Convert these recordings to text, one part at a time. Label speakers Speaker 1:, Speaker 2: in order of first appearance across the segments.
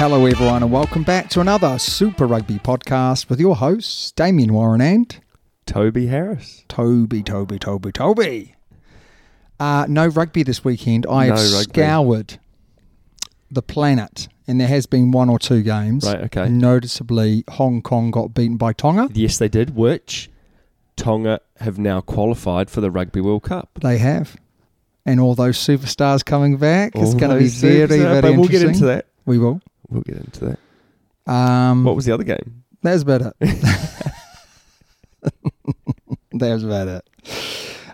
Speaker 1: Hello, everyone, and welcome back to another Super Rugby podcast with your hosts, Damien Warren and
Speaker 2: Toby Harris.
Speaker 1: Toby, Toby, Toby, Toby. Uh, no rugby this weekend. I have
Speaker 2: No rugby.
Speaker 1: scoured the planet, and there has been one or two games.
Speaker 2: Right, okay.
Speaker 1: Noticeably, Hong Kong got beaten by Tonga.
Speaker 2: Yes, they did, which Tonga have now qualified for the Rugby World Cup.
Speaker 1: They have. And all those superstars coming back. it's
Speaker 2: All
Speaker 3: Oh,
Speaker 1: going to be
Speaker 2: those
Speaker 1: very,
Speaker 2: superstars,
Speaker 1: very
Speaker 2: but
Speaker 1: interesting.
Speaker 2: we'll get into that.
Speaker 1: We will.
Speaker 2: We'll get into that.
Speaker 1: Um,
Speaker 2: What was the other game?
Speaker 1: That was about it. that was about it.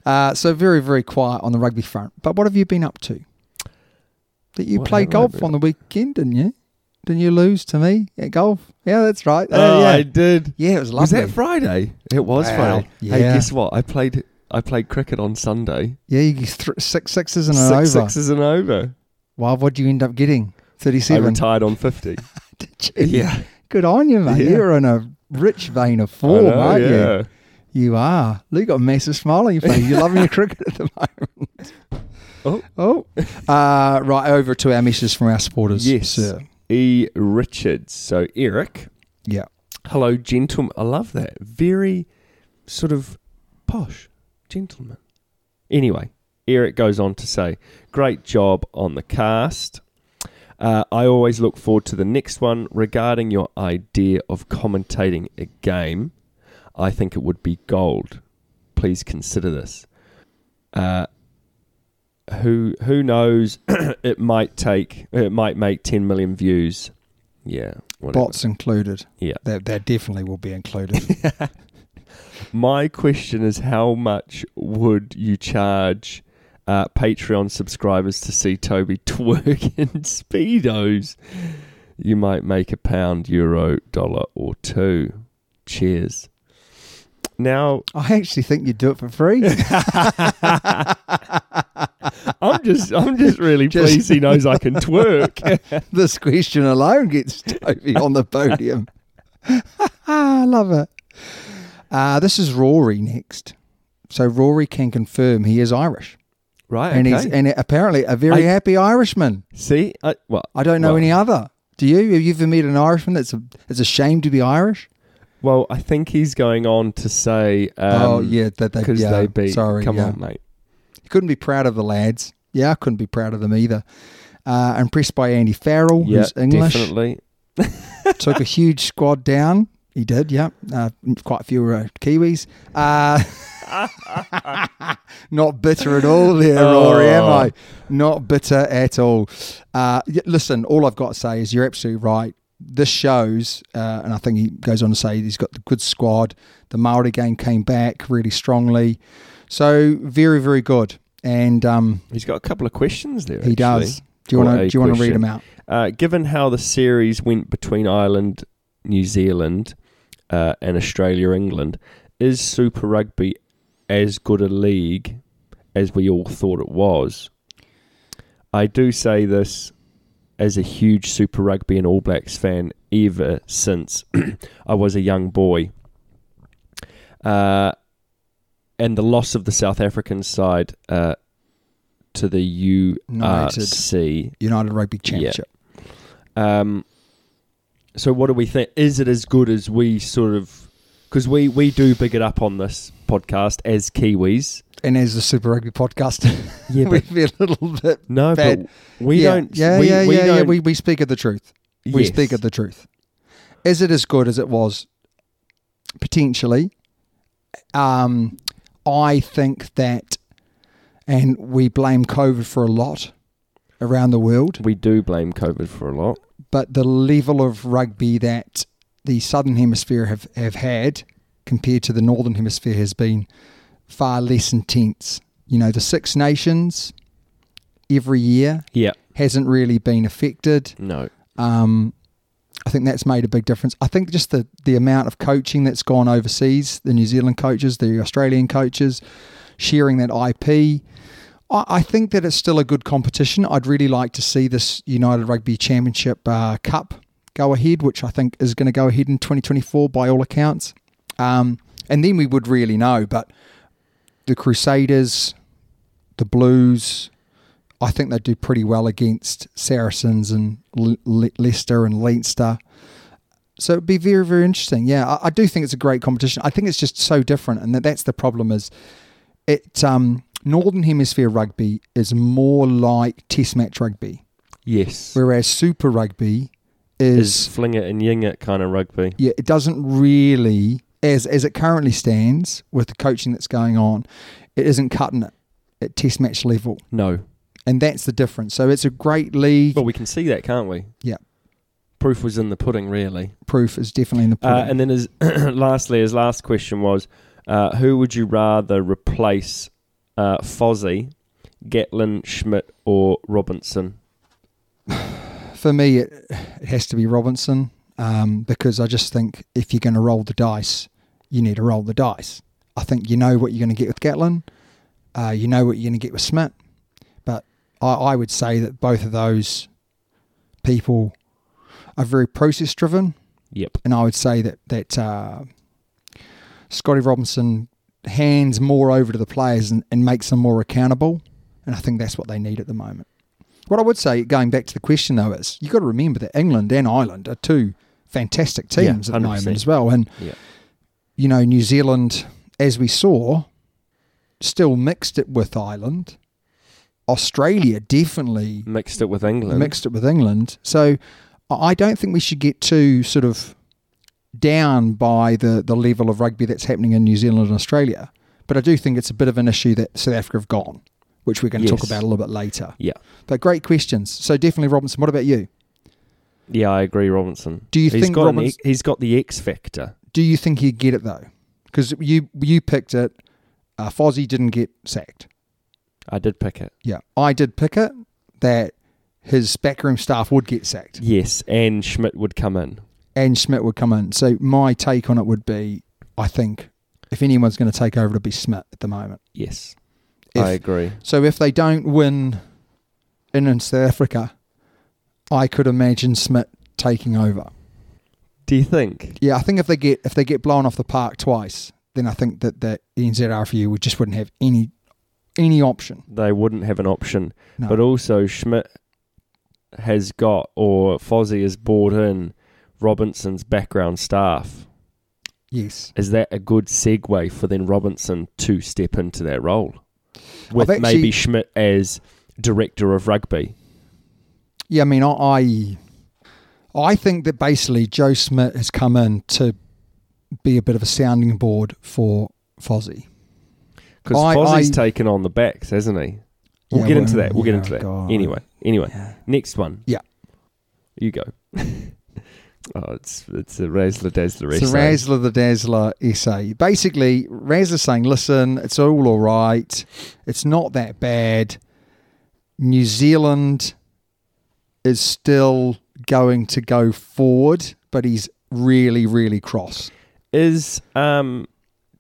Speaker 1: Uh, so very, very quiet on the rugby front. But what have you been up to? That you
Speaker 2: What
Speaker 1: play
Speaker 2: have I
Speaker 1: golf
Speaker 2: been
Speaker 1: on the weekend, didn't you? Didn't you lose to me at golf? Yeah, that's right. Uh,
Speaker 2: Oh,
Speaker 1: yeah.
Speaker 2: I did.
Speaker 1: yeah, it was lovely.
Speaker 2: Was that Friday? It was
Speaker 1: Wow.
Speaker 2: Friday. Hey,
Speaker 1: Yeah.
Speaker 2: guess what? I played. I played cricket on Sunday.
Speaker 1: yeah, you th- six sixes and an over.
Speaker 2: Six sixes and over.
Speaker 1: Wow, what'd you end up getting?
Speaker 2: I
Speaker 1: Thirty-seven.
Speaker 2: retired on fifty.
Speaker 1: Did you?
Speaker 2: yeah.
Speaker 1: Good on you, mate.
Speaker 2: Yeah.
Speaker 1: You're in a rich vein of
Speaker 2: I
Speaker 1: form,
Speaker 2: know,
Speaker 1: aren't you?
Speaker 2: yeah.
Speaker 1: You are. Luke got a massive smile on your face. You're loving your cricket at the moment.
Speaker 2: Oh.
Speaker 1: Oh. Uh, right, over to our messages from our supporters.
Speaker 2: Yes.
Speaker 1: sir.
Speaker 2: E. Richards. So Eric.
Speaker 1: Yeah.
Speaker 2: Hello, gentlemen. I love that. Very sort of posh gentleman. Anyway, Eric goes on to say, Great job on the cast. Uh, I always look forward to the next one regarding your idea of commentating a game. I think it would be gold. Please consider this. Uh, who who knows? it might take. It might make ten million views. Yeah. whatever.
Speaker 1: Bots included.
Speaker 2: Yeah.
Speaker 1: That, that definitely will be included.
Speaker 2: My question is how much would you charge uh, Patreon subscribers to see Toby twerk in Speedos? You might make a pound, euro, dollar, or two. Cheers. Now,
Speaker 1: I actually think you'd do it for free.
Speaker 2: I'm just I'm just really
Speaker 1: Just-
Speaker 2: pleased he knows I can twerk.
Speaker 1: this question alone gets Toby on the podium. I love it. Uh, this is Rory next. So Rory can confirm he is Irish.
Speaker 2: right,
Speaker 1: And
Speaker 2: okay.
Speaker 1: he's and apparently a very
Speaker 2: I-
Speaker 1: happy Irishman.
Speaker 2: See, I, well,
Speaker 1: I don't know
Speaker 2: well,
Speaker 1: any other. Do you? Have you ever met an Irishman that's a, it's a shame to be Irish?
Speaker 2: Well, I think he's going on to say, um,
Speaker 1: oh yeah, that they,
Speaker 2: because
Speaker 1: yeah,
Speaker 2: they beat.
Speaker 1: Sorry,
Speaker 2: come
Speaker 1: yeah.
Speaker 2: on, mate.
Speaker 1: Couldn't be proud of the lads. Yeah, I couldn't be proud of them either. Uh, impressed by Andy Farrell,
Speaker 2: Yeah,
Speaker 1: who's English,
Speaker 2: definitely.
Speaker 1: took a huge squad down. He did, yeah. Uh, quite a few were uh, Kiwis. Uh, not bitter at all there,
Speaker 2: Oh.
Speaker 1: Rory, am I? Not bitter at all. Uh, y- listen, all I've got to say is you're absolutely right. This shows, uh, and I think he goes on to say he's got the good squad. The Maori game came back really strongly. So, very, very good. And um,
Speaker 2: He's got a couple of questions there.
Speaker 1: he
Speaker 2: actually.
Speaker 1: does. Do you
Speaker 2: Or
Speaker 1: want
Speaker 2: a
Speaker 1: to do you want to read
Speaker 2: question.
Speaker 1: them out?
Speaker 2: Uh, given how the series went between Ireland New Zealand uh, and Australia, England, is Super Rugby as good a league as we all thought it was? I do say this as a huge Super Rugby and All Blacks fan ever since I was a young boy. Uh, and the loss of the South African side uh, to the URC.
Speaker 1: United Rugby Championship.
Speaker 2: Um, so what do we think? Is it as good as we sort of? Because we we do big it up on this podcast as Kiwis.
Speaker 1: And as the Super Rugby podcast,
Speaker 2: Yeah, but-
Speaker 1: we'd be a little bit
Speaker 2: No,
Speaker 1: bad.
Speaker 2: but we
Speaker 1: yeah,
Speaker 2: don't.
Speaker 1: Yeah,
Speaker 2: we,
Speaker 1: yeah,
Speaker 2: we
Speaker 1: yeah,
Speaker 2: don't,
Speaker 1: yeah. We, we speak of the truth. We
Speaker 2: Yes.
Speaker 1: speak of the truth. Is it as good as it was? Potentially. Um, I think that, and we blame COVID for a lot around the world,
Speaker 2: we do blame COVID for a lot.
Speaker 1: but the level of rugby that the Southern Hemisphere have, have had compared to the Northern Hemisphere has been far less intense. You know, the Six Nations every year
Speaker 2: Yeah.
Speaker 1: hasn't really been affected.
Speaker 2: No.
Speaker 1: Um, I think that's made a big difference. I think just the the amount of coaching that's gone overseas, the New Zealand coaches, the Australian coaches, sharing that IP. I, I think that it's still a good competition. I'd really like to see this United Rugby Championship uh, Cup go ahead, which I think is going to go ahead in 2024 by all accounts. Um, and then we would really know. But the Crusaders, the Blues, I think they do pretty well against Saracens and Le- Le- Leicester and Leinster. So it'd be very, very interesting. Yeah, I, I do think it's a great competition. I think it's just so different, and that that's the problem is it. Um, Northern Hemisphere rugby is more like Test match rugby,
Speaker 2: Yes.
Speaker 1: whereas Super Rugby is
Speaker 2: Is fling it and ying it kind of rugby.
Speaker 1: yeah, it doesn't really as as it currently stands with the coaching that's going on, it isn't cutting it at Test match level,
Speaker 2: No.
Speaker 1: and that's the difference. So it's a great league.
Speaker 2: But we can see that, can't we?
Speaker 1: Yeah.
Speaker 2: Proof was in the pudding, really.
Speaker 1: proof is definitely in the pudding.
Speaker 2: Uh, and then his lastly, his last question was, uh, who would you rather replace uh, Fozzie, Gatlin, Schmidt, or Robinson?
Speaker 1: for me, it, it has to be Robinson um, because I just think if you're going to roll the dice, you need to roll the dice. I think you know what you're going to get with Gatlin, uh, you know what you're going to get with Smith, but I, I would say that both of those people are very process driven,
Speaker 2: Yep.
Speaker 1: and I would say that that uh, Scotty Robinson hands more over to the players and, and makes them more accountable, and I think that's what they need at the moment. What I would say, going back to the question though, is you've got to remember that England and Ireland are two fantastic
Speaker 2: Yeah,
Speaker 1: teams at the
Speaker 2: 100%.
Speaker 1: moment as well, and
Speaker 2: Yeah.
Speaker 1: you know New Zealand, as we saw, still mixed it with Ireland. Australia definitely
Speaker 2: Mixed it with England.
Speaker 1: mixed it with England. So I I don't think we should get too sort of down by the, the level of rugby that's happening in New Zealand and Australia. But I do think it's a bit of an issue that South Africa have gone, which we're going to talk
Speaker 2: Yes.
Speaker 1: about a little bit later.
Speaker 2: Yeah.
Speaker 1: But great questions. So definitely, Robinson, what about you?
Speaker 2: Yeah, I agree, Robinson.
Speaker 1: Do you
Speaker 2: He's
Speaker 1: think
Speaker 2: got an
Speaker 1: Robins-
Speaker 2: e- he's got the X factor?
Speaker 1: Do you think he'd get it though? Because you, you picked it. Uh, Fozzie didn't get sacked.
Speaker 2: I did pick it.
Speaker 1: Yeah. I did pick it that his backroom staff would get sacked.
Speaker 2: Yes, and Schmidt would come in.
Speaker 1: and Schmidt would come in. So my take on it would be, I think, if anyone's going to take over, it'll be Schmidt at the moment.
Speaker 2: Yes,
Speaker 1: If,
Speaker 2: I agree.
Speaker 1: so if they don't win in, in South Africa, I could imagine Schmidt taking over.
Speaker 2: Do you think?
Speaker 1: Yeah, I think if they get if they get blown off the park twice, then I think that that the NZRFU would just wouldn't have any any option.
Speaker 2: they wouldn't have an option.
Speaker 1: No.
Speaker 2: But also Schmidt has got or Fozzie has bought in Robinson's background staff.
Speaker 1: Yes,
Speaker 2: Is that a good segue for then Robinson to step into that role? With
Speaker 1: I've actually-
Speaker 2: maybe Schmidt as director of rugby.
Speaker 1: yeah. I mean, I, I I think that basically Joe Schmidt has come in to be a bit of a sounding board for Fozzie.
Speaker 2: Because
Speaker 1: I-
Speaker 2: Fozzie's
Speaker 1: I-
Speaker 2: taken on the backs, hasn't he? We'll
Speaker 1: Yeah,
Speaker 2: get into
Speaker 1: well,
Speaker 2: that. We'll get
Speaker 1: yeah,
Speaker 2: into that.
Speaker 1: God.
Speaker 2: Anyway, anyway.
Speaker 1: Yeah.
Speaker 2: Next one.
Speaker 1: Yeah.
Speaker 2: You go. oh, it's it's a razzler dazzler.
Speaker 1: It's a
Speaker 2: essay.
Speaker 1: Razzler the Dazzler essay. Basically, Razzler's saying, listen, it's all all right. It's not that bad. New Zealand is still going to go forward, but he's really, really cross.
Speaker 2: Is um,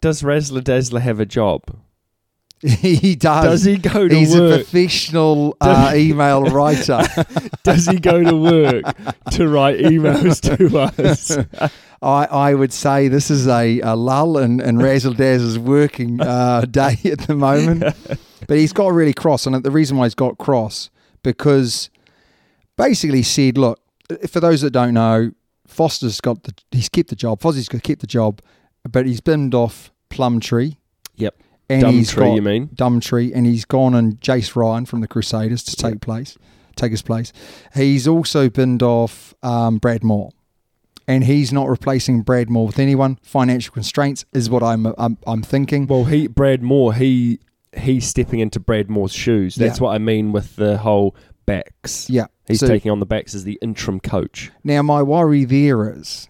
Speaker 2: does Razzler Dazzler have a job?
Speaker 1: he does.
Speaker 2: Does he go to
Speaker 1: He's a
Speaker 2: work?
Speaker 1: professional uh, email writer.
Speaker 2: Does he go to work to write emails to us?
Speaker 1: I, I would say this is a, a lull in, in Razzle Dazzle's working uh, day at the moment. But he's got really cross. And the reason why he's got cross, because basically said, look, for those that don't know, Foster's got the, he's kept the job. Fozzie's got kept the job, but he's bimmed off Plumtree.
Speaker 2: Yep.
Speaker 1: And
Speaker 2: Dumb
Speaker 1: he's
Speaker 2: tree,
Speaker 1: got
Speaker 2: you mean?
Speaker 1: Dumb Tree, and he's gone and Jace Ryan from the Crusaders to take place, take his place. He's also binned off um, Brad Moore, and he's not replacing Brad Moore with anyone. Financial constraints is what I'm I'm, I'm thinking.
Speaker 2: Well, he Brad Moore, he he's stepping into Brad Moore's shoes. That's
Speaker 1: Yeah.
Speaker 2: what I mean with the whole backs.
Speaker 1: Yeah,
Speaker 2: He's
Speaker 1: so-
Speaker 2: taking on the backs as the interim coach.
Speaker 1: Now my worry there is,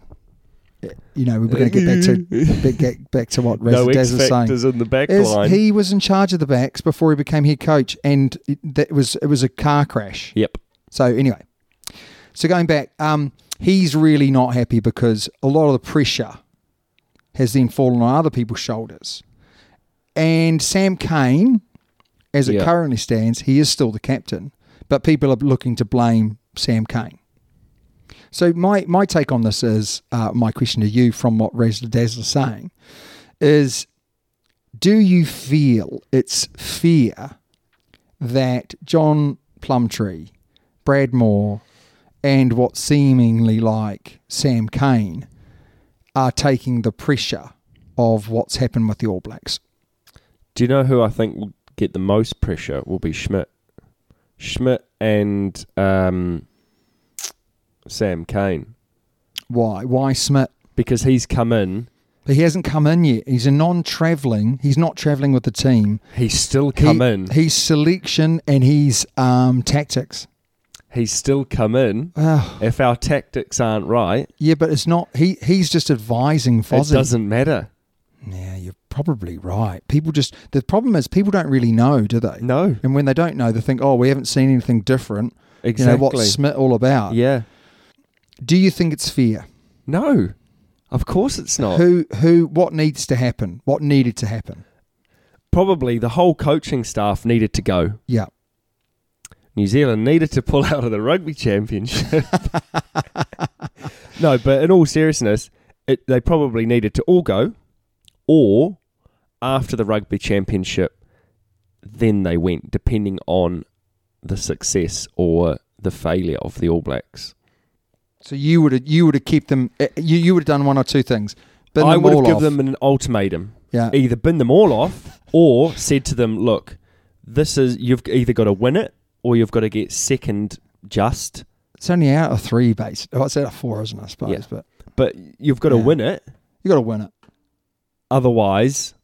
Speaker 1: you know, we're going to get back to back- get back to what
Speaker 2: No
Speaker 1: Razzle
Speaker 2: X
Speaker 1: Dazzle's saying.
Speaker 2: factors in the back
Speaker 1: is
Speaker 2: line.
Speaker 1: he was in charge of the backs before he became head coach, and it- that was it was a car crash.
Speaker 2: Yep.
Speaker 1: So anyway, so going back, um, he's really not happy because a lot of the pressure has then fallen on other people's shoulders. And Sam Kane, as it
Speaker 2: Yeah.
Speaker 1: currently stands, he is still the captain, but people are looking to blame Sam Kane. So my my take on this is uh, my question to you from what Razzle Dazzle is saying is do you feel it's fear that John Plumtree, Brad Moore, and what seemingly like Sam Kane are taking the pressure of what's happened with the All Blacks?
Speaker 2: Do you know who I think will get the most pressure? Will be Schmidt. Schmidt and um, Sam Kane
Speaker 1: Why? Why Smith?
Speaker 2: because he's come in.
Speaker 1: But he hasn't come in yet. He's a non-traveling. He's not traveling with the team.
Speaker 2: He's still come
Speaker 1: He-
Speaker 2: in.
Speaker 1: He's selection and he's um, tactics.
Speaker 2: He's still come in.
Speaker 1: Oh,
Speaker 2: If our tactics aren't right,
Speaker 1: yeah, but it's not. He he's just advising Fozzie.
Speaker 2: it doesn't matter.
Speaker 1: Yeah, you're probably right. People just the problem is people don't really know, do they?
Speaker 2: No.
Speaker 1: And when they don't know, they think, "Oh, we haven't seen anything different." You know
Speaker 2: Exactly.
Speaker 1: what's Smith all about?
Speaker 2: Yeah.
Speaker 1: Do you think it's fair?
Speaker 2: No. Of course it's not.
Speaker 1: Who who what needs to happen? What needed to happen?
Speaker 2: Probably the whole coaching staff needed to go.
Speaker 1: Yeah.
Speaker 2: New Zealand needed to pull out of the rugby championship. no, but in all seriousness, it, they probably needed to all go, or after the rugby championship, then they went, depending on the success or the failure of the All Blacks.
Speaker 1: So you would have you would have kept them. eh, You you would have done one or two things. Bin
Speaker 2: I
Speaker 1: them
Speaker 2: would have
Speaker 1: all
Speaker 2: given
Speaker 1: off.
Speaker 2: them an ultimatum.
Speaker 1: Yeah.
Speaker 2: Either bin them all off or said to them, look, this is you've either got to win it or you've got to get second just,
Speaker 1: It's only out of three base. Oh, it's out of four, isn't it? I suppose.
Speaker 2: Yeah.
Speaker 1: But
Speaker 2: but you've got to
Speaker 1: Yeah.
Speaker 2: win it,
Speaker 1: you got to win it.
Speaker 2: otherwise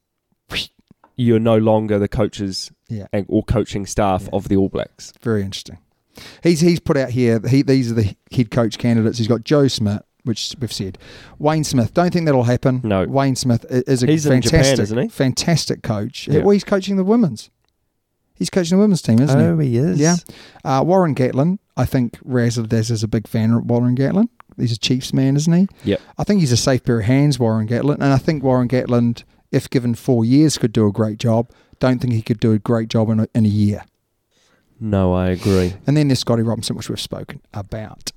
Speaker 2: you're no longer the coaches
Speaker 1: Yeah.
Speaker 2: and, or coaching staff of the All Blacks.
Speaker 1: Very interesting. He's he's put out here. He, these are the head coach candidates. He's got Joe Smith, which we've said. Wayne Smith. Don't think that'll happen.
Speaker 2: No.
Speaker 1: Wayne Smith i- is a
Speaker 2: He's in
Speaker 1: fantastic,
Speaker 2: Japan, isn't he?
Speaker 1: fantastic coach.
Speaker 2: Yeah.
Speaker 1: Well, he's coaching the women's. He's coaching the women's team, isn't he?
Speaker 2: Oh, is.
Speaker 1: Yeah. Uh, Warren Gatlin. I think Razzle Daz is a big fan of Warren Gatlin. He's a Chiefs man, isn't he?
Speaker 2: Yep.
Speaker 1: I think he's a safe pair of hands, Warren Gatlin. And I think Warren Gatlin, if given four years, could do a great job. Don't think he could do a great job in a, in a year.
Speaker 2: No, I agree.
Speaker 1: And then there's Scotty Robinson, which we've spoken about.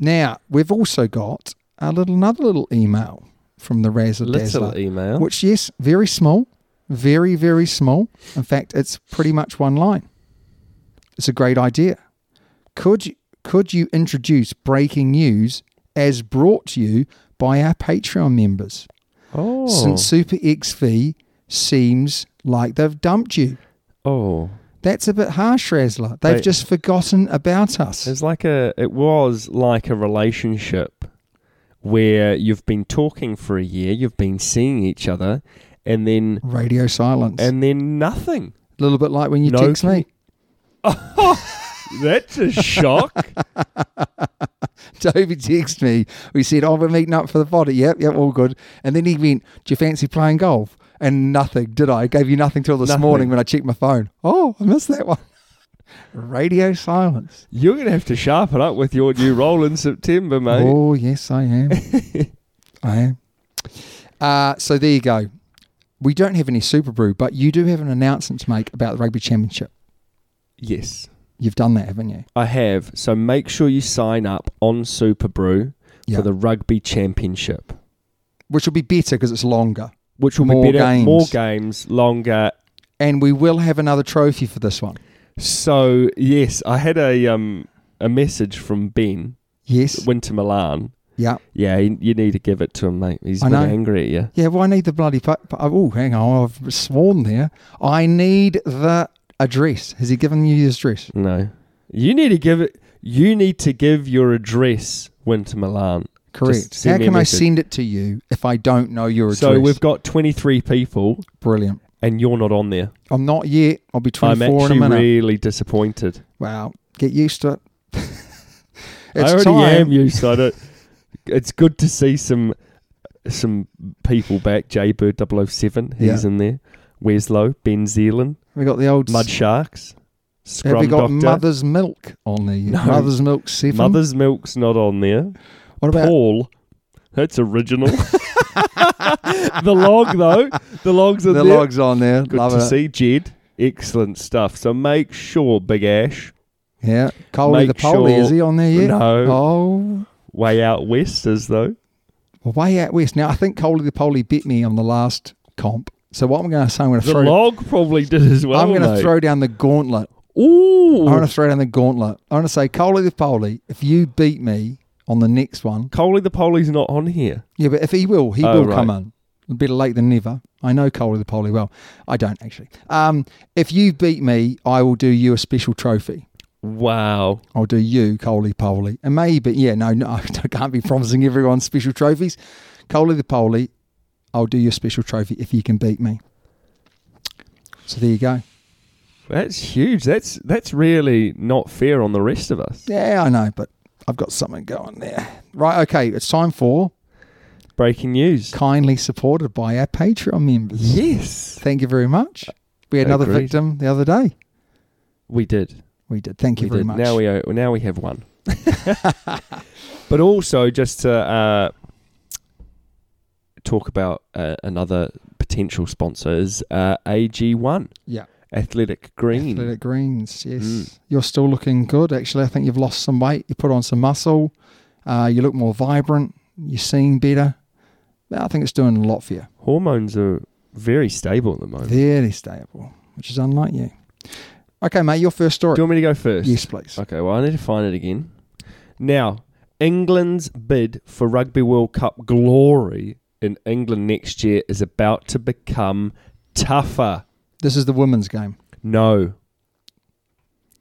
Speaker 1: Now, we've also got a little another little email from the Razzle
Speaker 2: Little
Speaker 1: Dazzler,
Speaker 2: email.
Speaker 1: which yes, very small, very very small. In fact, it's pretty much one line. It's a great idea. Could you- could you introduce breaking news as brought to you by our Patreon members?
Speaker 2: oh.
Speaker 1: Since Super XV seems like they've dumped you.
Speaker 2: oh.
Speaker 1: That's a bit harsh, Razzler. They've
Speaker 2: They-
Speaker 1: just forgotten about us.
Speaker 2: It's like a it was like a relationship where you've been talking for a year, you've been seeing each other, and then
Speaker 1: Radio silence.
Speaker 2: and then nothing.
Speaker 1: a little bit like when you
Speaker 2: No
Speaker 1: text me.
Speaker 2: That's a shock.
Speaker 1: Toby texted me. We said, Oh, we're meeting up for the body. Yep, yep, all good. And then he went, Do you fancy playing golf? And nothing, did I? I gave you nothing till this
Speaker 2: Nothing.
Speaker 1: morning when I checked my phone. Oh, I missed that one. Radio silence.
Speaker 2: You're gonna have to sharpen up with your new role in September, mate.
Speaker 1: Oh, yes, I Oh, am. Uh, so there you go. We don't have any Super Brew, but you do have an announcement to make about the Rugby Championship.
Speaker 2: Yes.
Speaker 1: You've done that, haven't you?
Speaker 2: I have. So make sure you sign up on Super Brew
Speaker 1: Yeah.
Speaker 2: for the Rugby Championship,
Speaker 1: Which will be better because it's longer.
Speaker 2: which will
Speaker 1: More
Speaker 2: be better.
Speaker 1: games.
Speaker 2: More games, longer.
Speaker 1: And we will have another trophy for this one.
Speaker 2: So yes, I had a um a message from Ben
Speaker 1: Yes.
Speaker 2: went to Milan.
Speaker 1: Yeah.
Speaker 2: Yeah, you, you need to give it to him, mate. He's
Speaker 1: I
Speaker 2: been
Speaker 1: know.
Speaker 2: angry at you.
Speaker 1: Yeah, well, I need the bloody. Pu- pu- oh, hang on. I've sworn there. I need the address. Has he given you his address?
Speaker 2: No, you need to give it. You need to give your address when to Milan. Just
Speaker 1: Correct.
Speaker 2: send
Speaker 1: How
Speaker 2: me a
Speaker 1: can I
Speaker 2: message.
Speaker 1: send it to you if I don't know your address?
Speaker 2: So we've got 23 people,
Speaker 1: Brilliant.
Speaker 2: and you're not on there.
Speaker 1: I'm not yet. I'll be
Speaker 2: I'm
Speaker 1: 24 in a
Speaker 2: actually
Speaker 1: minute.
Speaker 2: really disappointed.
Speaker 1: wow. Get used to it.
Speaker 2: I already
Speaker 1: time.
Speaker 2: am used to it. It's good to see some some people back. Jaybird 007, he's
Speaker 1: Yeah.
Speaker 2: in there. Weslow, Ben Zealand,
Speaker 1: We got the old.
Speaker 2: Mud Sharks, Scrum
Speaker 1: have we got
Speaker 2: Doctor.
Speaker 1: Mother's Milk on there?
Speaker 2: No.
Speaker 1: Mother's Milk 7?
Speaker 2: Mother's Milk's not on there.
Speaker 1: what about
Speaker 2: Paul, that's original. the log though, the logs are
Speaker 1: the
Speaker 2: there.
Speaker 1: logs on there?
Speaker 2: Good
Speaker 1: Love
Speaker 2: to
Speaker 1: it.
Speaker 2: see, Jed. Excellent stuff. So make sure, Big Ash,
Speaker 1: Yeah. Coley
Speaker 2: Make
Speaker 1: the Poley,
Speaker 2: sure-
Speaker 1: is he on there yet?
Speaker 2: No.
Speaker 1: Oh.
Speaker 2: way out west is though.
Speaker 1: Well, way out west. Now, I think Coley the Poley bit me on the last comp. So what I'm going to say, I'm going to
Speaker 2: The
Speaker 1: throw.
Speaker 2: log probably did as well.
Speaker 1: I'm going to
Speaker 2: mate.
Speaker 1: throw down the gauntlet.
Speaker 2: Ooh,
Speaker 1: I'm going to throw down the gauntlet. I'm going to say, Coley the Poley, if you beat me on the next one,
Speaker 2: Coley the Poley's not on here.
Speaker 1: yeah, but if he will, he
Speaker 2: Oh,
Speaker 1: will come
Speaker 2: right.
Speaker 1: in. Better late than never. I know Coley the Poley well. I don't actually. Um, if you beat me, I will do you a special trophy.
Speaker 2: Wow.
Speaker 1: I'll do you, Coley Poley. And maybe, yeah, no, no, I can't be promising everyone special trophies. Coley the Poley, I'll do you a special trophy if you can beat me. So there you go.
Speaker 2: That's huge. That's that's really not fair on the rest of us.
Speaker 1: Yeah, I know, but I've got something going there. Right, okay, it's time for
Speaker 2: Breaking news.
Speaker 1: kindly supported by our Patreon members.
Speaker 2: Yes.
Speaker 1: Thank you very much. We had another
Speaker 2: Agreed.
Speaker 1: victim the other day.
Speaker 2: We did.
Speaker 1: We did. Thank you
Speaker 2: we
Speaker 1: very
Speaker 2: did.
Speaker 1: much.
Speaker 2: Now we owe, now we have one. but also just to uh, talk about uh, another potential sponsor is uh, AG1
Speaker 1: yeah.
Speaker 2: Athletic Green.
Speaker 1: Athletic greens, yes.
Speaker 2: Mm.
Speaker 1: You're still looking good, actually. I think you've lost some weight. You put on some muscle. Uh, you look more vibrant. You seem better. But I think it's doing a lot for you.
Speaker 2: Hormones are very stable at the moment.
Speaker 1: Very stable, which is unlike you. Okay, mate, your first story.
Speaker 2: Do you want me to go first?
Speaker 1: Yes, please.
Speaker 2: Okay, well, I need to find it again. Now, England's bid for Rugby World Cup glory in England next year is about to become tougher.
Speaker 1: This is the women's game.
Speaker 2: No.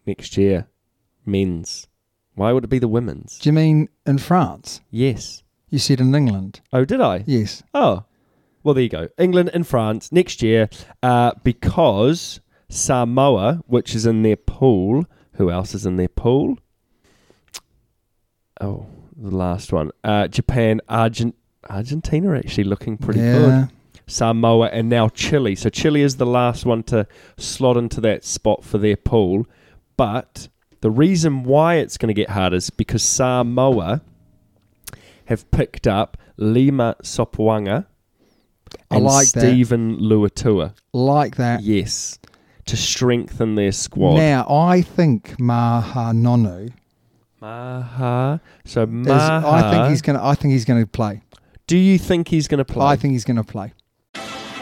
Speaker 2: Next year, men's. Why would it be the women's?
Speaker 1: Do you mean in France?
Speaker 2: Yes.
Speaker 1: You said in England.
Speaker 2: Oh, did I?
Speaker 1: Yes.
Speaker 2: Oh, well, there you go. England and France next year uh, because Samoa, which is in their pool, who else is in their pool? Oh, the last one. Uh, Japan, Argent, Argentina are actually looking pretty
Speaker 1: yeah.
Speaker 2: good. Samoa and now Chile. So Chile is the last one to slot into that spot for their pool. But the reason why it's going to get hard is because Samoa have picked up Lima Sopwanga
Speaker 1: I
Speaker 2: and
Speaker 1: like that.
Speaker 2: Stephen Luatua.
Speaker 1: Like that.
Speaker 2: Yes, to strengthen their squad.
Speaker 1: Now, I think Maha Nonu.
Speaker 2: Maha. So
Speaker 1: Is,
Speaker 2: Maha.
Speaker 1: I think he's gonna. I think he's gonna play.
Speaker 2: Do you think he's going to play?
Speaker 1: I think he's gonna play.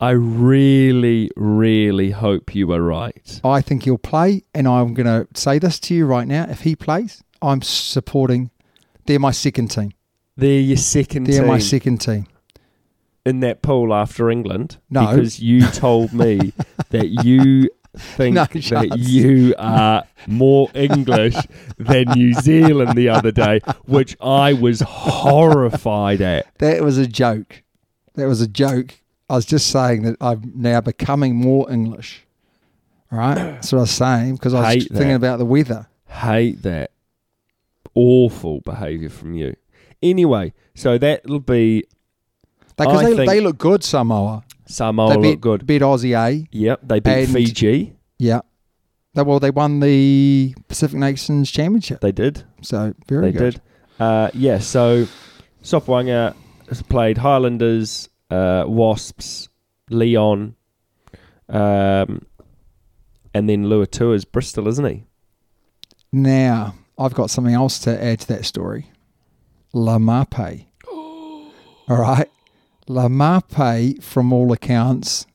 Speaker 2: I really, really hope you were right.
Speaker 1: I think he'll play, and I'm going to say this to you right now. If he plays, I'm supporting. They're my second team.
Speaker 2: They're your second
Speaker 1: They're
Speaker 2: team
Speaker 1: my second team.
Speaker 2: in that poll after England.
Speaker 1: No.
Speaker 2: Because you told me that you think
Speaker 1: No
Speaker 2: that
Speaker 1: chance.
Speaker 2: you are more English than New Zealand the other day, which I was horrified at.
Speaker 1: That was a joke. That was a joke. I was just saying that I'm now becoming more English. All right, that's what I was saying because I was
Speaker 2: Hate
Speaker 1: thinking
Speaker 2: that.
Speaker 1: about the weather.
Speaker 2: Hate that. Awful behaviour from you. Anyway, so that'll be
Speaker 1: Because
Speaker 2: I
Speaker 1: they,
Speaker 2: think-
Speaker 1: they look good, Samoa.
Speaker 2: Samoa
Speaker 1: they
Speaker 2: look
Speaker 1: beat,
Speaker 2: good.
Speaker 1: beat Aussie A.
Speaker 2: yep, they beat
Speaker 1: and-
Speaker 2: Fiji.
Speaker 1: Yeah. They, well, they won the Pacific Nations Championship.
Speaker 2: They did.
Speaker 1: So very
Speaker 2: they
Speaker 1: good.
Speaker 2: did. Uh, yeah, so Sopwanga has played Highlanders, uh, Wasps, Leon, um, and then Luatua's Bristol, isn't he?
Speaker 1: Now, I've got something else to add to that story. La Mape. All right. La Mape, from all accounts,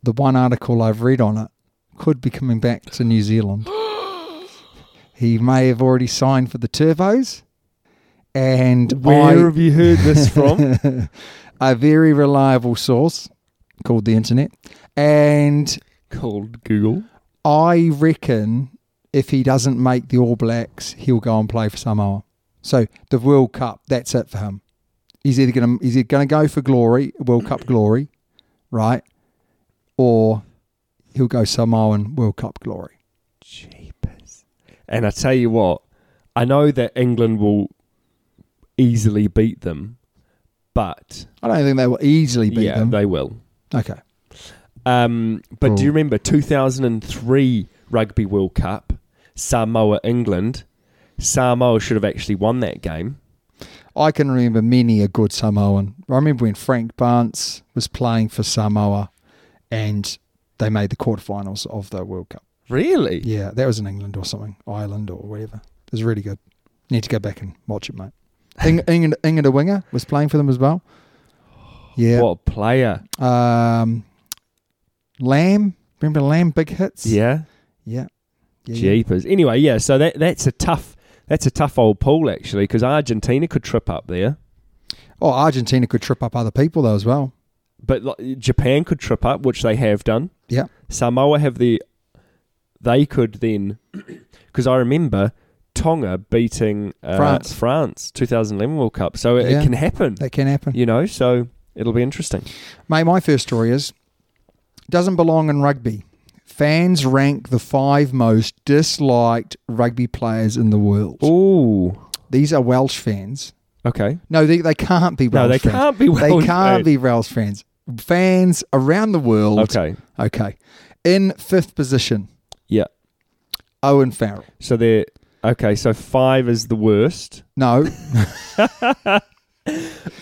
Speaker 1: the one article I've read on it, could be coming back to New Zealand. he may have already signed for the Turvos. And I-
Speaker 2: Where have you heard this from?
Speaker 1: a very reliable source called the internet. And
Speaker 2: Called Google.
Speaker 1: I reckon if he doesn't make the All Blacks, he'll go and play for Samoa. So the World Cup, that's it for him. He's either gonna he's either gonna go for glory, World Cup glory, right? Or he'll go Samoan World Cup glory.
Speaker 2: Jeepers. And I tell you what, I know that England will easily beat them, but
Speaker 1: I don't think they will easily beat
Speaker 2: yeah,
Speaker 1: them.
Speaker 2: they will.
Speaker 1: okay.
Speaker 2: Um, but do
Speaker 1: Cool.
Speaker 2: you remember 2003 Rugby World Cup, Samoa England? Samoa should have actually won that game.
Speaker 1: I can remember many a good Samoan. I remember when Frank Barnes was playing for Samoa and they made the quarterfinals of the World Cup.
Speaker 2: Really?
Speaker 1: Yeah, that was in England or something, Ireland or whatever. It was really good. Need to go back and watch it, mate. Eng- England, England, a winger was playing for them as well. Yeah.
Speaker 2: What a player.
Speaker 1: Um, Lamb, remember Lamb? Big hits.
Speaker 2: Yeah.
Speaker 1: yeah, yeah. yeah.
Speaker 2: Jeepers. Anyway, yeah, so that that's a tough that's a tough old pool actually because Argentina could trip up there.
Speaker 1: Oh, Argentina could trip up other people though as well.
Speaker 2: But like, Japan could trip up, which they have done.
Speaker 1: Yeah,
Speaker 2: Samoa have the. They could then, because I remember Tonga beating uh,
Speaker 1: France.
Speaker 2: France 2011 World Cup, so it, it
Speaker 1: Yeah.
Speaker 2: can happen.
Speaker 1: that can happen.
Speaker 2: You know, so it'll be interesting.
Speaker 1: Mate, my first story is doesn't belong in rugby. Fans rank the five most disliked rugby players in the world.
Speaker 2: Oh. Ooh,
Speaker 1: These are Welsh fans.
Speaker 2: okay.
Speaker 1: No, they, they can't be Welsh
Speaker 2: No, they
Speaker 1: fans.
Speaker 2: can't be Welsh
Speaker 1: They can't
Speaker 2: fans.
Speaker 1: be Welsh fans. Fans around the world.
Speaker 2: Okay.
Speaker 1: Okay. In fifth position,
Speaker 2: Yeah.
Speaker 1: Owen Farrell.
Speaker 2: So they're okay. So five is the worst.
Speaker 1: No,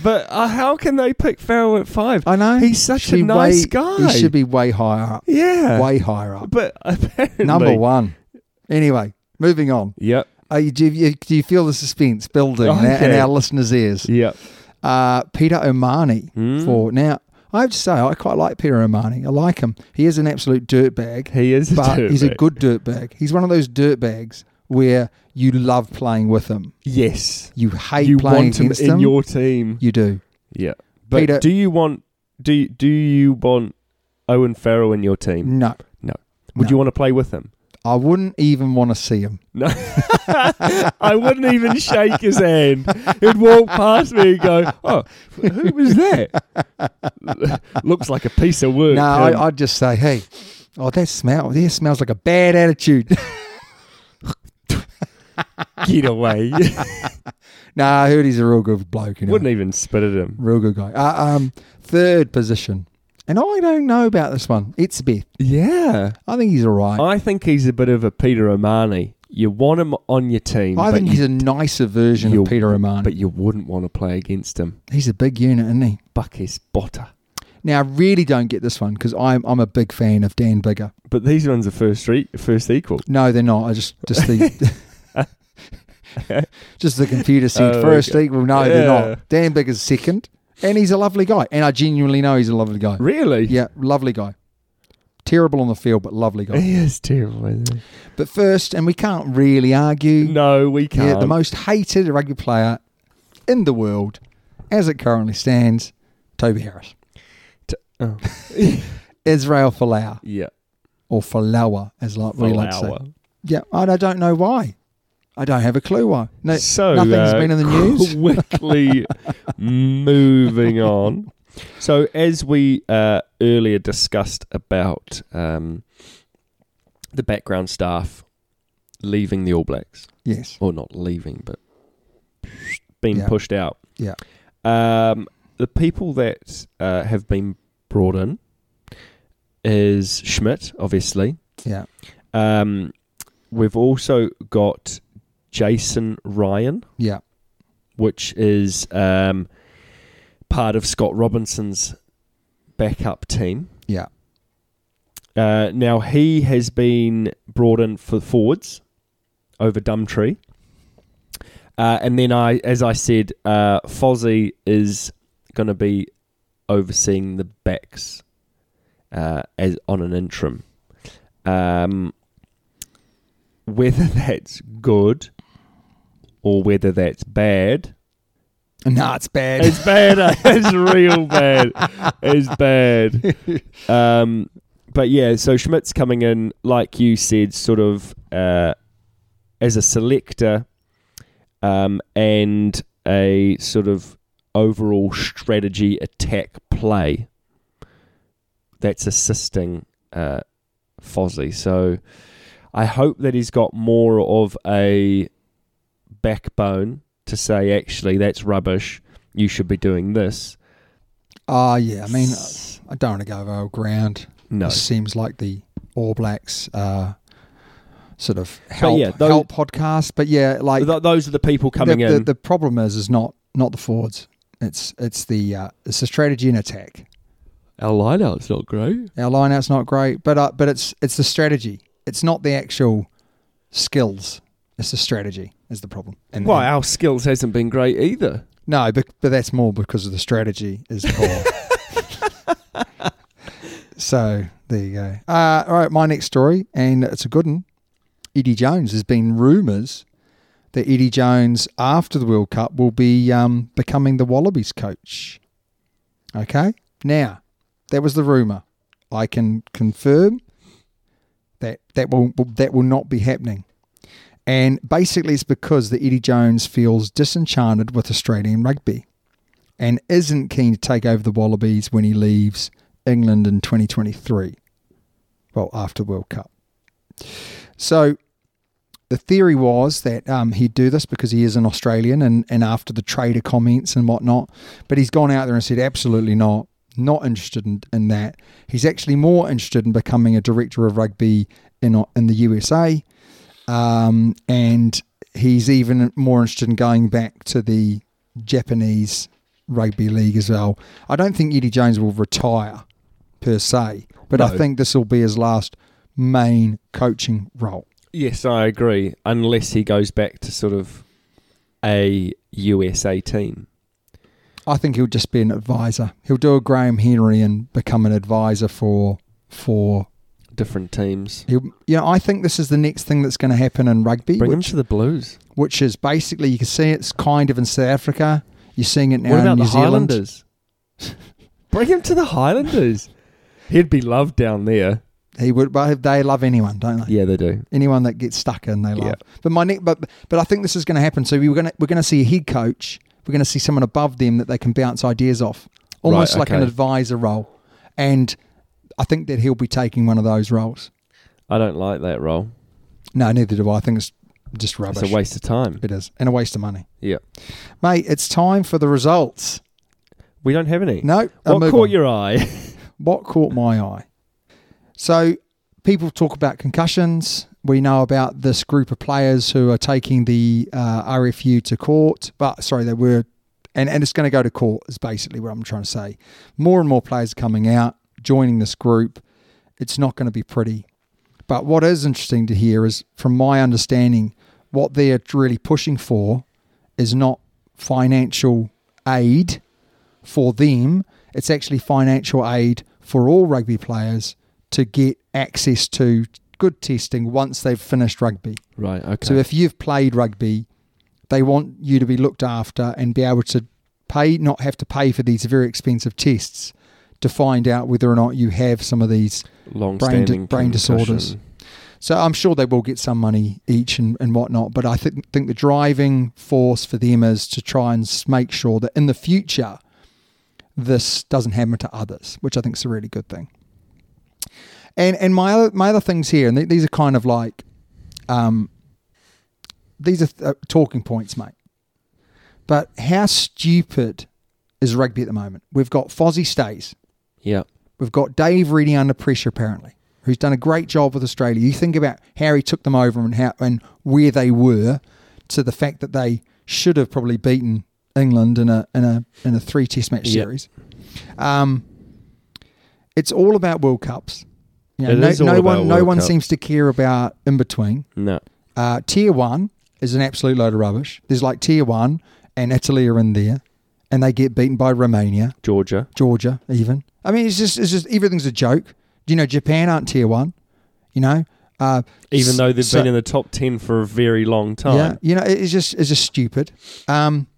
Speaker 2: But uh, how can they pick Farrell at five?
Speaker 1: I know.
Speaker 2: he's such
Speaker 1: Should
Speaker 2: a
Speaker 1: be
Speaker 2: nice
Speaker 1: way-
Speaker 2: guy.
Speaker 1: He should be way higher up.
Speaker 2: yeah.
Speaker 1: Way higher up.
Speaker 2: But apparently
Speaker 1: Number one. Anyway, moving on.
Speaker 2: Yep.
Speaker 1: Are you, do, you, do you feel the suspense building in our- in
Speaker 2: Okay.
Speaker 1: our listeners' ears?
Speaker 2: Yep.
Speaker 1: uh, Peter Omani
Speaker 2: Hmm.
Speaker 1: for now. I have to say, I quite like Peter Omani. I like him. He is an absolute dirtbag.
Speaker 2: He is a
Speaker 1: but he's a
Speaker 2: dirtbag.
Speaker 1: good dirtbag. He's one of those dirtbags where you love playing with him.
Speaker 2: Yes.
Speaker 1: You hate
Speaker 2: you
Speaker 1: playing
Speaker 2: want him
Speaker 1: against
Speaker 2: in
Speaker 1: him.
Speaker 2: your team.
Speaker 1: you do.
Speaker 2: Yeah. But
Speaker 1: Peter-
Speaker 2: do you want do you- do you want Owen Farrell in your team?
Speaker 1: No,
Speaker 2: No. Would
Speaker 1: No.
Speaker 2: you want to play with him?
Speaker 1: I wouldn't even want to see him.
Speaker 2: No. I wouldn't even shake his hand. He'd walk past me and go, "Oh, who was that?" Looks like a piece of work. um,
Speaker 1: No,
Speaker 2: him.
Speaker 1: I, I'd just say, hey, oh, that smell, that smells like a bad attitude.
Speaker 2: get away.
Speaker 1: no, I heard he's a real good bloke. You know?
Speaker 2: wouldn't even spit at him.
Speaker 1: Real good guy. Uh, um, third position. And I don't know about this one. It's Beth.
Speaker 2: Yeah.
Speaker 1: I think he's all right.
Speaker 2: I think he's a bit of a Peter Omani. You want him on your team.
Speaker 1: I
Speaker 2: but
Speaker 1: think
Speaker 2: you-
Speaker 1: he's a nicer version
Speaker 2: you-
Speaker 1: of Peter Oman.
Speaker 2: But you wouldn't want to play against him.
Speaker 1: he's a big unit, isn't he?
Speaker 2: Buckis Botter.
Speaker 1: Now, I really don't get this one because I'm, I'm a big fan of Dan Bigger.
Speaker 2: But these ones are first re- first equal.
Speaker 1: No, they're not. I just just the just the computer said
Speaker 2: Oh,
Speaker 1: first
Speaker 2: okay.
Speaker 1: equal. No, they're
Speaker 2: Yeah.
Speaker 1: not. Dan Bigger's second, and he's a lovely guy, and I genuinely know he's a lovely guy.
Speaker 2: Really?
Speaker 1: Yeah, lovely guy. Terrible on the field, but lovely guy.
Speaker 2: He is terrible. Isn't
Speaker 1: But first, and we can't really argue.
Speaker 2: he? No, we can't.
Speaker 1: Yeah, the most hated rugby player in the world, as it currently stands, Toby Harris.
Speaker 2: T- oh.
Speaker 1: Israel Folau,
Speaker 2: yeah.
Speaker 1: or Falawa, as like we like to say.
Speaker 2: Flower.
Speaker 1: Yeah, and I don't know why. I don't have a clue why. No,
Speaker 2: So
Speaker 1: nothing's
Speaker 2: uh,
Speaker 1: been in the news.
Speaker 2: Quickly moving on. So, as we uh, earlier discussed about um, the background staff leaving the All Blacks,
Speaker 1: Yes.
Speaker 2: or not leaving, but being
Speaker 1: Yeah.
Speaker 2: pushed out.
Speaker 1: Yeah.
Speaker 2: Um, the people that uh, have been brought in is Schmidt, obviously.
Speaker 1: Yeah.
Speaker 2: Um, we've also got Jason Ryan,
Speaker 1: Yeah.
Speaker 2: which is um, part of Scott Robinson's backup team.
Speaker 1: Yeah.
Speaker 2: Uh, now he has been brought in for forwards over Dumtree, uh, and then I, as I said, uh, Fozzie is going to be overseeing the backs uh, as on an interim. Um, whether that's good or whether that's bad,
Speaker 1: Nah, it's bad.
Speaker 2: it's bad. eh? It's real bad. It's bad. Um, but yeah, so Schmidt's coming in, like you said, sort of uh, as a selector um, and a sort of overall strategy, attack, play that's assisting uh, Fozzie. So I hope that he's got more of a backbone to say, actually, that's rubbish you should be doing this.
Speaker 1: Ah, yeah. I mean, I don't want to go over old ground.
Speaker 2: No.
Speaker 1: It seems like the All Blacks uh, sort of
Speaker 2: But
Speaker 1: help,
Speaker 2: yeah, those-
Speaker 1: help podcast. But yeah, like
Speaker 2: Th- those are the people coming
Speaker 1: the,
Speaker 2: in.
Speaker 1: the, the problem is, is not not the forwards. It's it's the uh, it's the strategy and attack.
Speaker 2: Our lineout's not great.
Speaker 1: Our lineout's not great, but uh, but it's it's the strategy. It's not the actual skills. It's the strategy is the problem. And,
Speaker 2: Well,
Speaker 1: and-
Speaker 2: our skills hasn't been great either.
Speaker 1: no, but but that's more because of the strategy is poor. so there you go. Uh, all right, my next story, and it's a good one. Eddie Jones. There's been rumours that Eddie Jones, after the World Cup, will be um, becoming the Wallabies coach. Okay, now that was the rumour. I can confirm that that will that will not be happening. And basically, it's because that Eddie Jones feels disenchanted with Australian rugby and isn't keen to take over the Wallabies when he leaves England in 2023. Well, after World Cup. So the theory was that um, he'd do this because he is an Australian and, and after the trader comments and whatnot. But he's gone out there and said, absolutely not. Not interested in, in that. He's actually more interested in becoming a director of rugby in, in the USA um, and he's even more interested in going back to the Japanese rugby league as well. I don't think Eddie Jones will retire per se, but I
Speaker 2: No.
Speaker 1: think this will be his last main coaching role.
Speaker 2: Yes, I agree. Unless he goes back to sort of a USA team.
Speaker 1: I think he'll just be an advisor. He'll do a Graham Henry and become an advisor for for.
Speaker 2: Different teams.
Speaker 1: He'll, you know, I think this is the next thing that's going to happen in rugby,
Speaker 2: Bring him
Speaker 1: which,
Speaker 2: to the Blues.
Speaker 1: which is basically you can see it's kind of in South Africa. You're seeing it now
Speaker 2: what
Speaker 1: in
Speaker 2: about
Speaker 1: New
Speaker 2: the
Speaker 1: Zealand.
Speaker 2: Highlanders? Bring him to the Highlanders. He'd be loved down there.
Speaker 1: He would, but they love anyone, don't they?
Speaker 2: Yeah, they do.
Speaker 1: Anyone that gets stuck in, they love.
Speaker 2: Yeah.
Speaker 1: But my neck, but but I think this is going to happen. So we're going to we're going to see a head coach. We're going to see someone above them that they can bounce ideas off, almost
Speaker 2: Right,
Speaker 1: like an
Speaker 2: okay.
Speaker 1: advisor role. And I think that he'll be taking one of those roles.
Speaker 2: I don't like that role.
Speaker 1: No, neither do I. I think it's just rubbish.
Speaker 2: It's a waste of time.
Speaker 1: It is, and a waste of money,
Speaker 2: Yeah.
Speaker 1: mate. It's time for the results.
Speaker 2: We don't have any.
Speaker 1: No, I'll
Speaker 2: What
Speaker 1: move
Speaker 2: caught
Speaker 1: on.
Speaker 2: your eye?
Speaker 1: what caught my eye? So people talk about concussions. We know about this group of players who are taking the uh, RFU to court, but sorry, they were, and, and it's going to go to court is basically what I'm trying to say. More and more players coming out, joining this group. It's not going to be pretty. But what is interesting to hear is, from my understanding, what they're really pushing for is not financial aid for them, it's actually financial aid for all rugby players to get access to good testing once they've finished rugby.
Speaker 2: right, okay.
Speaker 1: So if you've played rugby, they want you to be looked after and be able to pay, not have to pay for these very expensive tests to find out whether or not you have some of these brain,
Speaker 2: Long-standing
Speaker 1: brain disorders.
Speaker 2: concussion.
Speaker 1: So I'm sure they will get some money each and, and whatnot, but I think think the driving force for them is to try and s- make sure that in the future this doesn't happen to others, which I think is a really good thing. And and my other, my other things here, and th- these are kind of like, um, these are th- uh, talking points, mate. But how stupid is rugby at the moment? We've got Fozzie stays.
Speaker 2: Yeah.
Speaker 1: We've got Dave Reading under pressure, apparently, who's done a great job with Australia. You think about how he took them over and how and where they were, to the fact that they should have probably beaten England in a in a in a three Test match
Speaker 2: Yeah.
Speaker 1: series. Um, it's all about World Cups. You know,
Speaker 2: It
Speaker 1: no,
Speaker 2: is all
Speaker 1: no
Speaker 2: about
Speaker 1: one, no
Speaker 2: World
Speaker 1: one
Speaker 2: Cup.
Speaker 1: seems to care about in between.
Speaker 2: No.
Speaker 1: Uh, tier one is an absolute load of rubbish. There's like tier one and Italy are in there, and they get beaten by Romania.
Speaker 2: Georgia.
Speaker 1: Georgia, even. I mean, it's just, it's just everything's a joke. You know, Japan aren't tier one. You know, uh,
Speaker 2: Even though they've
Speaker 1: so-
Speaker 2: been in the top 10 for a very long
Speaker 1: yeah,
Speaker 2: time.
Speaker 1: you know, it- it's just it's just stupid. Um,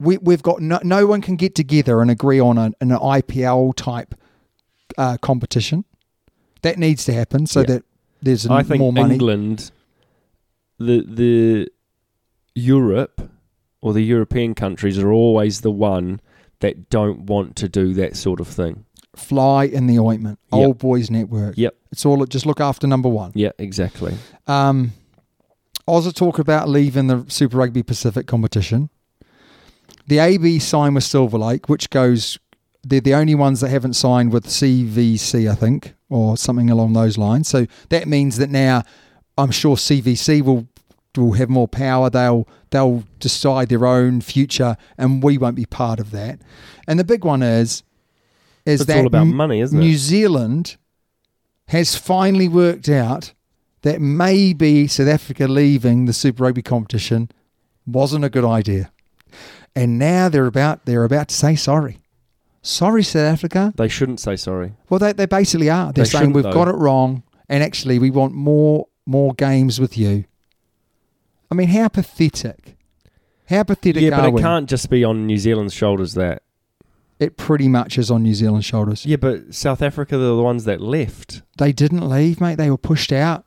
Speaker 1: we we've got no, no one can get together and agree on an, an IPL type uh, competition. That needs to happen so
Speaker 2: Yeah.
Speaker 1: that there's
Speaker 2: I
Speaker 1: n-
Speaker 2: think
Speaker 1: more money.
Speaker 2: England, the the Europe or the European countries are always the one that don't want to do that sort of thing.
Speaker 1: Fly in the ointment,
Speaker 2: Yep.
Speaker 1: old boys network.
Speaker 2: Yep.
Speaker 1: It's all just look after number one.
Speaker 2: Yeah, exactly.
Speaker 1: Um, Oz talk about leaving the Super Rugby Pacific competition. The AB signed with Silver Lake, which goes, they're the only ones that haven't signed with CVC, I think, or something along those lines. So that means that now I'm sure CVC will will have more power. They'll they'll decide their own future, and we won't be part of that. And the big one is is
Speaker 2: It's
Speaker 1: that
Speaker 2: all about
Speaker 1: N-
Speaker 2: money, isn't it?
Speaker 1: New Zealand has finally worked out that maybe South Africa leaving the Super Rugby competition wasn't a good idea, and now they're about they're about to say sorry. Sorry, South Africa.
Speaker 2: They shouldn't say sorry.
Speaker 1: Well, they, they basically are. They're
Speaker 2: They
Speaker 1: saying
Speaker 2: shouldn't,
Speaker 1: we've
Speaker 2: though.
Speaker 1: got it wrong, and actually we want more more games with you. I mean, how pathetic! How pathetic
Speaker 2: Yeah,
Speaker 1: are
Speaker 2: but it
Speaker 1: we?
Speaker 2: can't just be on New Zealand's shoulders that.
Speaker 1: It pretty much is on New Zealand's shoulders.
Speaker 2: Yeah, but South Africa they're the ones that left.
Speaker 1: They didn't leave, mate. They were pushed out.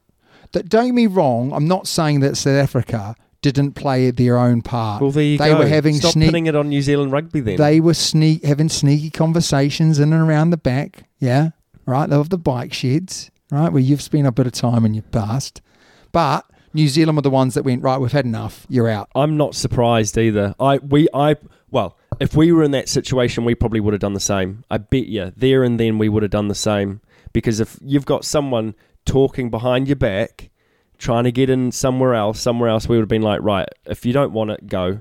Speaker 1: That don't get me wrong. I'm not saying that South Africa didn't play their own part.
Speaker 2: Well, there you
Speaker 1: they
Speaker 2: go.
Speaker 1: were having
Speaker 2: Stop
Speaker 1: sneak.
Speaker 2: putting it on New Zealand rugby then.
Speaker 1: They were sneak having sneaky conversations in and around the back. Yeah, right. They were the bike sheds, right, where you've spent a bit of time in your past. But New Zealand were the ones that went right. We've had enough. You're out.
Speaker 2: I'm not surprised either. I we I well, if we were in that situation, we probably would have done the same. I bet you there and then we would have done the same because if you've got someone talking behind your back, trying to get in somewhere else, somewhere else, we would have been like, right, if you don't want it, go.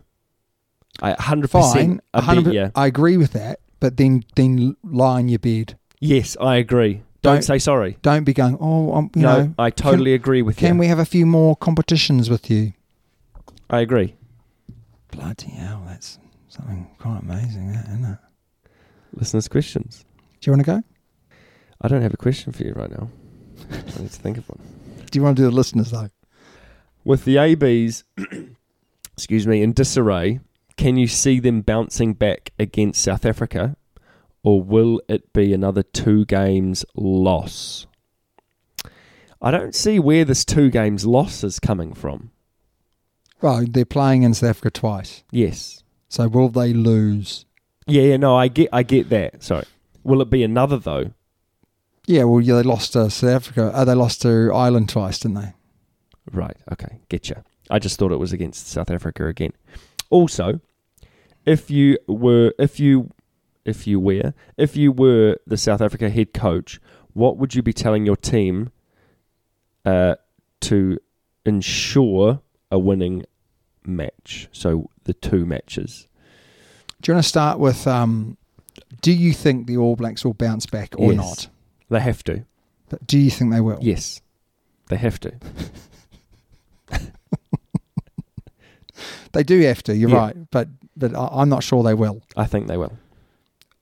Speaker 2: I hundred
Speaker 1: Fine.
Speaker 2: percent. I bet
Speaker 1: 100%
Speaker 2: you.
Speaker 1: I agree with that. But then then lie in your bed.
Speaker 2: Yes, I agree. Don't,
Speaker 1: Don't-
Speaker 2: say sorry.
Speaker 1: Don't be going. Oh, i you
Speaker 2: no,
Speaker 1: know.
Speaker 2: I totally agree with
Speaker 1: Can
Speaker 2: you.
Speaker 1: we have a few more competitions with you?
Speaker 2: I agree.
Speaker 1: Bloody hell, that's something quite amazing, that, isn't it?
Speaker 2: Listeners' questions.
Speaker 1: Do you want to go?
Speaker 2: I don't have a question for you right now. I need to think of one.
Speaker 1: Do you want to do the listeners though?
Speaker 2: With the ABs, excuse me, in disarray, can you see them bouncing back against South Africa, or will it be another two games loss? I don't see where this two games loss is coming from.
Speaker 1: Well, they're playing in South Africa twice,
Speaker 2: Yes.
Speaker 1: so will they lose?
Speaker 2: Yeah, yeah, no, I get I get that. Sorry. Will it be another though?
Speaker 1: Yeah, well, yeah, they lost to South Africa. Oh, they lost to Ireland twice, didn't they?
Speaker 2: Right. Okay. Getcha. I just thought it was against South Africa again. Also, if you were, if you, if you were, if you were the South Africa head coach, what would you be telling your team uh, to ensure a winning match? So the two matches.
Speaker 1: Do you want to start with? Um, do you think the All Blacks will bounce back or
Speaker 2: Yes.
Speaker 1: not?
Speaker 2: They have to.
Speaker 1: But do you think they will?
Speaker 2: Yes, they have to.
Speaker 1: They do have to. You're
Speaker 2: Yeah.
Speaker 1: right, but but I, I'm not sure they will.
Speaker 2: I think they will.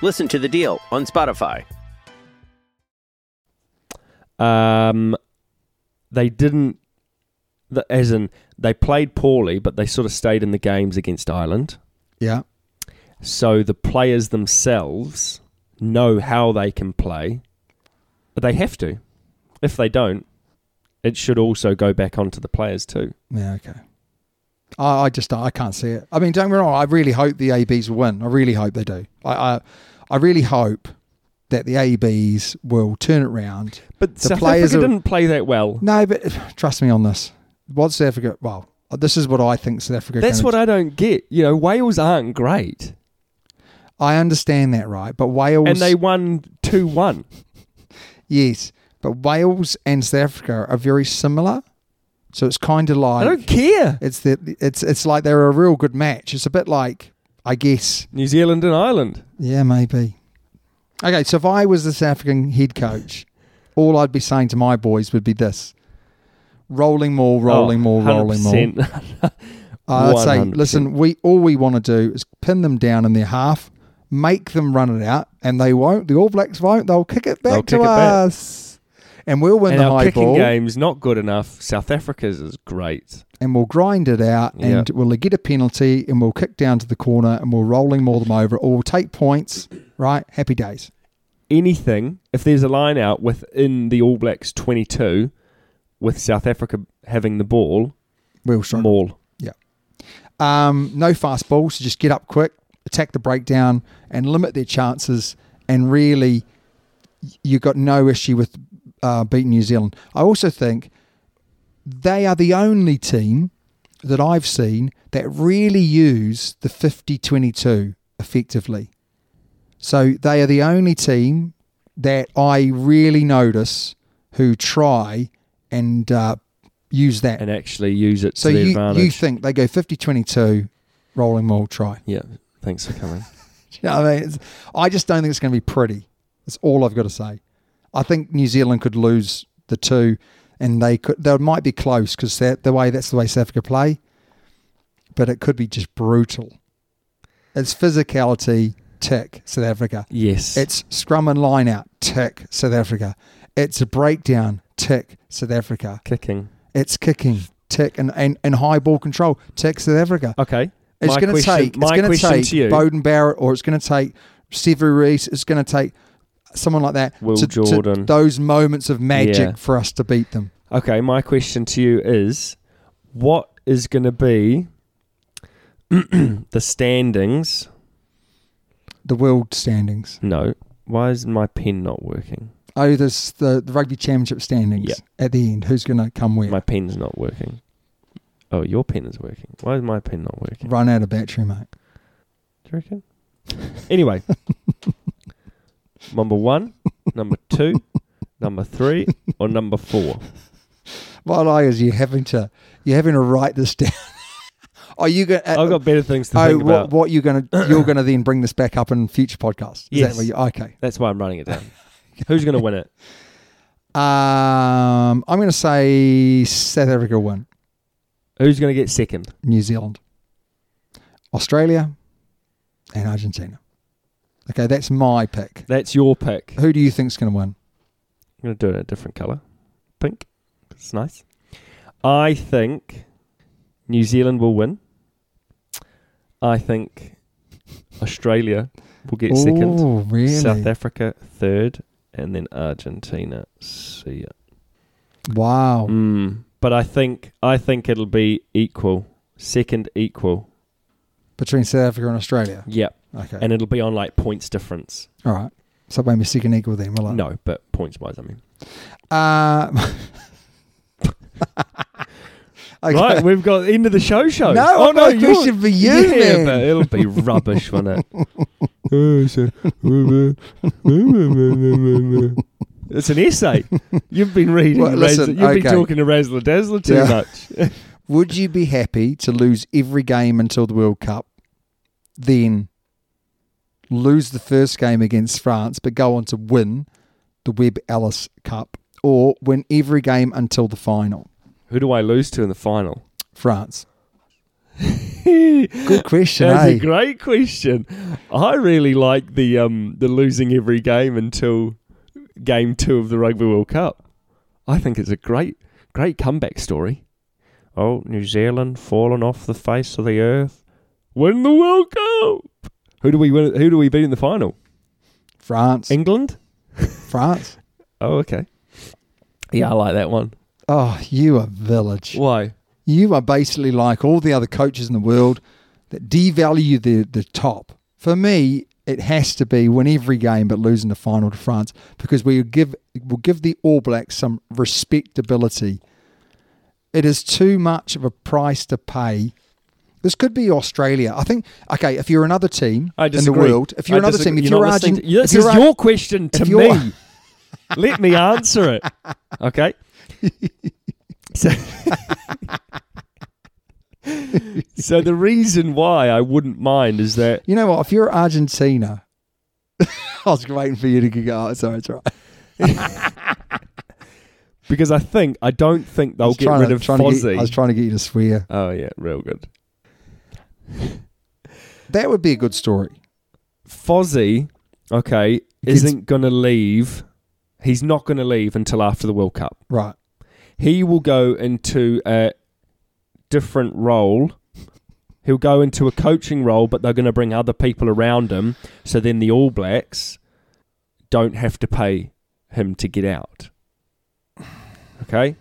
Speaker 4: Listen to the deal on Spotify.
Speaker 2: Um, they didn't, the, as in, they played poorly, but they sort of stayed in the games against Ireland.
Speaker 1: Yeah.
Speaker 2: So the players themselves know how they can play, but they have to. If they don't, it should also go back onto the players too.
Speaker 1: Yeah. Okay. I, I just I can't see it. I mean, don't get me wrong. I really hope the ABs will win. I really hope they do. I I, I really hope that the ABs will turn it round.
Speaker 2: But
Speaker 1: the
Speaker 2: South
Speaker 1: players
Speaker 2: Africa
Speaker 1: are-
Speaker 2: didn't play that well.
Speaker 1: No, but trust me on this. What South Africa? Well, this is what I think South Africa.
Speaker 2: That's
Speaker 1: gonna-
Speaker 2: what I don't get. You know, Wales aren't great,
Speaker 1: I understand that, right? But Wales
Speaker 2: and they won two one.
Speaker 1: Yes, but Wales and South Africa are very similar, so it's kind of
Speaker 2: I
Speaker 1: like
Speaker 2: don't care.
Speaker 1: it's the it's it's like they're a real good match. It's a bit like I guess,
Speaker 2: New Zealand and Ireland.
Speaker 1: yeah, maybe. Okay, so if I was the South African head coach, all I'd be saying to my boys would be this: rolling more, rolling
Speaker 2: Oh,
Speaker 1: more, rolling more.
Speaker 2: 100%.
Speaker 1: I'd say,
Speaker 2: 100%.
Speaker 1: listen, we all we want to do is pin them down in their half, make them run it out, and they won't. The All Blacks won't. They'll kick it back
Speaker 2: They'll
Speaker 1: to
Speaker 2: kick it back.
Speaker 1: us, and we'll win
Speaker 2: and
Speaker 1: the
Speaker 2: our
Speaker 1: high
Speaker 2: kicking
Speaker 1: ball,
Speaker 2: game's not good enough. South Africa's is great.
Speaker 1: and we'll grind it out,
Speaker 2: Yeah.
Speaker 1: and we'll get a penalty, and we'll kick down to the corner, and we'll rolling more them over, or we'll take points. Right, happy days.
Speaker 2: Anything if there's a line out within the All Blacks twenty-two, with South Africa having the ball,
Speaker 1: We'll strike.
Speaker 2: maul.
Speaker 1: Um, no fast ball, so just get up quick, attack the breakdown, and limit their chances. And really, you've got no issue with uh, beating New Zealand. I also think they are the only team that I've seen that really use the 50 22 effectively. So they are the only team that I really notice who try and uh, use that.
Speaker 2: and actually use it
Speaker 1: So
Speaker 2: to their
Speaker 1: you,
Speaker 2: advantage.
Speaker 1: you think they go 50 22 rolling maul try.
Speaker 2: yeah, thanks for coming.
Speaker 1: You know what I mean? It's- I just don't think it's going to be pretty. That's all I've got to say. I think New Zealand could lose the two and they could they might be close because the way that's the way South Africa play. But it could be just brutal. It's physicality tick South Africa.
Speaker 2: Yes,
Speaker 1: It's scrum and line out tick South Africa. It's a breakdown tick South Africa.
Speaker 2: kicking.
Speaker 1: It's kicking tick and, and, and high ball control tick South Africa.
Speaker 2: Okay,
Speaker 1: It's
Speaker 2: My
Speaker 1: going to
Speaker 2: question-
Speaker 1: take. It's
Speaker 2: my
Speaker 1: going to
Speaker 2: question
Speaker 1: take
Speaker 2: to you.
Speaker 1: Bowden Barrett, or it's going to take Severy Reese. It's going to take someone like that.
Speaker 2: Will
Speaker 1: to, to
Speaker 2: Jordan.
Speaker 1: those moments of magic
Speaker 2: Yeah.
Speaker 1: for us to beat them.
Speaker 2: Okay, my question to you is what is going to be the standings?
Speaker 1: The world standings.
Speaker 2: No. Why is my pen not working?
Speaker 1: Oh, there's the, the rugby championship standings
Speaker 2: Yeah.
Speaker 1: at the end. Who's going to come where?
Speaker 2: My pen's not working. Oh, your pen is working. Why is my pen not working?
Speaker 1: Run out of battery, mate.
Speaker 2: Do you reckon? Anyway, number one, number two, number three, or number four?
Speaker 1: What I is you having to you having to write this down. Are you going?
Speaker 2: I've got better things to
Speaker 1: Oh,
Speaker 2: think
Speaker 1: what,
Speaker 2: about.
Speaker 1: what you're going to you're going to then bring this back up in future podcasts? Is
Speaker 2: Yes.
Speaker 1: That where you, okay.
Speaker 2: That's why I'm running it down. Who's going to win it?
Speaker 1: Um, I'm going to say South Africa will win.
Speaker 2: Who's going to get second?
Speaker 1: New Zealand, Australia, and Argentina. Okay, that's my pick.
Speaker 2: That's your pick.
Speaker 1: Who do you think's going to win?
Speaker 2: I'm going to do it in a different colour. Pink. It's nice. I think New Zealand will win. I think Australia will get second.
Speaker 1: Oh, really?
Speaker 2: South Africa third. And then Argentina. See ya.
Speaker 1: Wow.
Speaker 2: Mm. But I think I think it'll be equal. Second equal.
Speaker 1: Between South Africa and Australia.
Speaker 2: Yep.
Speaker 1: Okay.
Speaker 2: And it'll be on like points difference.
Speaker 1: All right. So it won't be second equal then, will it?
Speaker 2: No, but points wise I mean.
Speaker 1: Uh, okay.
Speaker 2: Right, we've got end of the show show. Oh,
Speaker 1: No, I've got a
Speaker 2: you're-
Speaker 1: question for you,
Speaker 2: Yeah,
Speaker 1: man.
Speaker 2: but it'll be rubbish, won't it? it's an essay. You've been reading.
Speaker 1: Well, listen,
Speaker 2: Razzle- you've been
Speaker 1: okay.
Speaker 2: talking to Razzler Dazzler too
Speaker 1: Yeah.
Speaker 2: much.
Speaker 1: Would you be happy to lose every game until the World Cup, then lose the first game against France, but go on to win the Webb Ellis Cup, or win every game until the final?
Speaker 2: Who do I lose to in the final?
Speaker 1: France. Good question,
Speaker 2: That's
Speaker 1: eh?
Speaker 2: a great question. I really like the um the losing every game until game two of the Rugby World Cup. I think it's a great great comeback story. Oh, New Zealand fallen off the face of the earth. Win the World Cup. Who do we win? Who do we beat in the final?
Speaker 1: France.
Speaker 2: England.
Speaker 1: France.
Speaker 2: Oh, okay. Yeah, I like that one.
Speaker 1: Oh, you are village.
Speaker 2: Why?
Speaker 1: You are basically like all the other coaches in the world that devalue the, the top. For me, it has to be win every game but losing the final to France because we give will give the All Blacks some respectability. It is too much of a price to pay. This could be Australia. I think. Okay, if you're another team
Speaker 2: I
Speaker 1: in the
Speaker 2: disagree.
Speaker 1: world, if you're
Speaker 2: I
Speaker 1: another
Speaker 2: disagree.
Speaker 1: team, if
Speaker 2: not
Speaker 1: you're,
Speaker 2: listening
Speaker 1: Argent-
Speaker 2: to- this
Speaker 1: if
Speaker 2: is
Speaker 1: you're
Speaker 2: your question to
Speaker 1: if you're-
Speaker 2: me. Let me answer it. Okay. So, so the reason why I wouldn't mind is that
Speaker 1: You know what? If you're Argentina, I was waiting for you to go. Oh, sorry, it's all right.
Speaker 2: because I think I don't think
Speaker 1: I
Speaker 2: they'll
Speaker 1: was
Speaker 2: get
Speaker 1: trying
Speaker 2: rid
Speaker 1: to-
Speaker 2: of
Speaker 1: trying to get-
Speaker 2: Fozzie.
Speaker 1: I was trying to get you to swear.
Speaker 2: oh yeah, real good.
Speaker 1: That would be a good story.
Speaker 2: Fozzie, okay, isn't going to leave. He's not going to leave until after the World Cup.
Speaker 1: Right.
Speaker 2: he will go into a different role. He'll go into a coaching role, but they're going to bring other people around him. So then the All Blacks don't have to pay him to get out. Okay.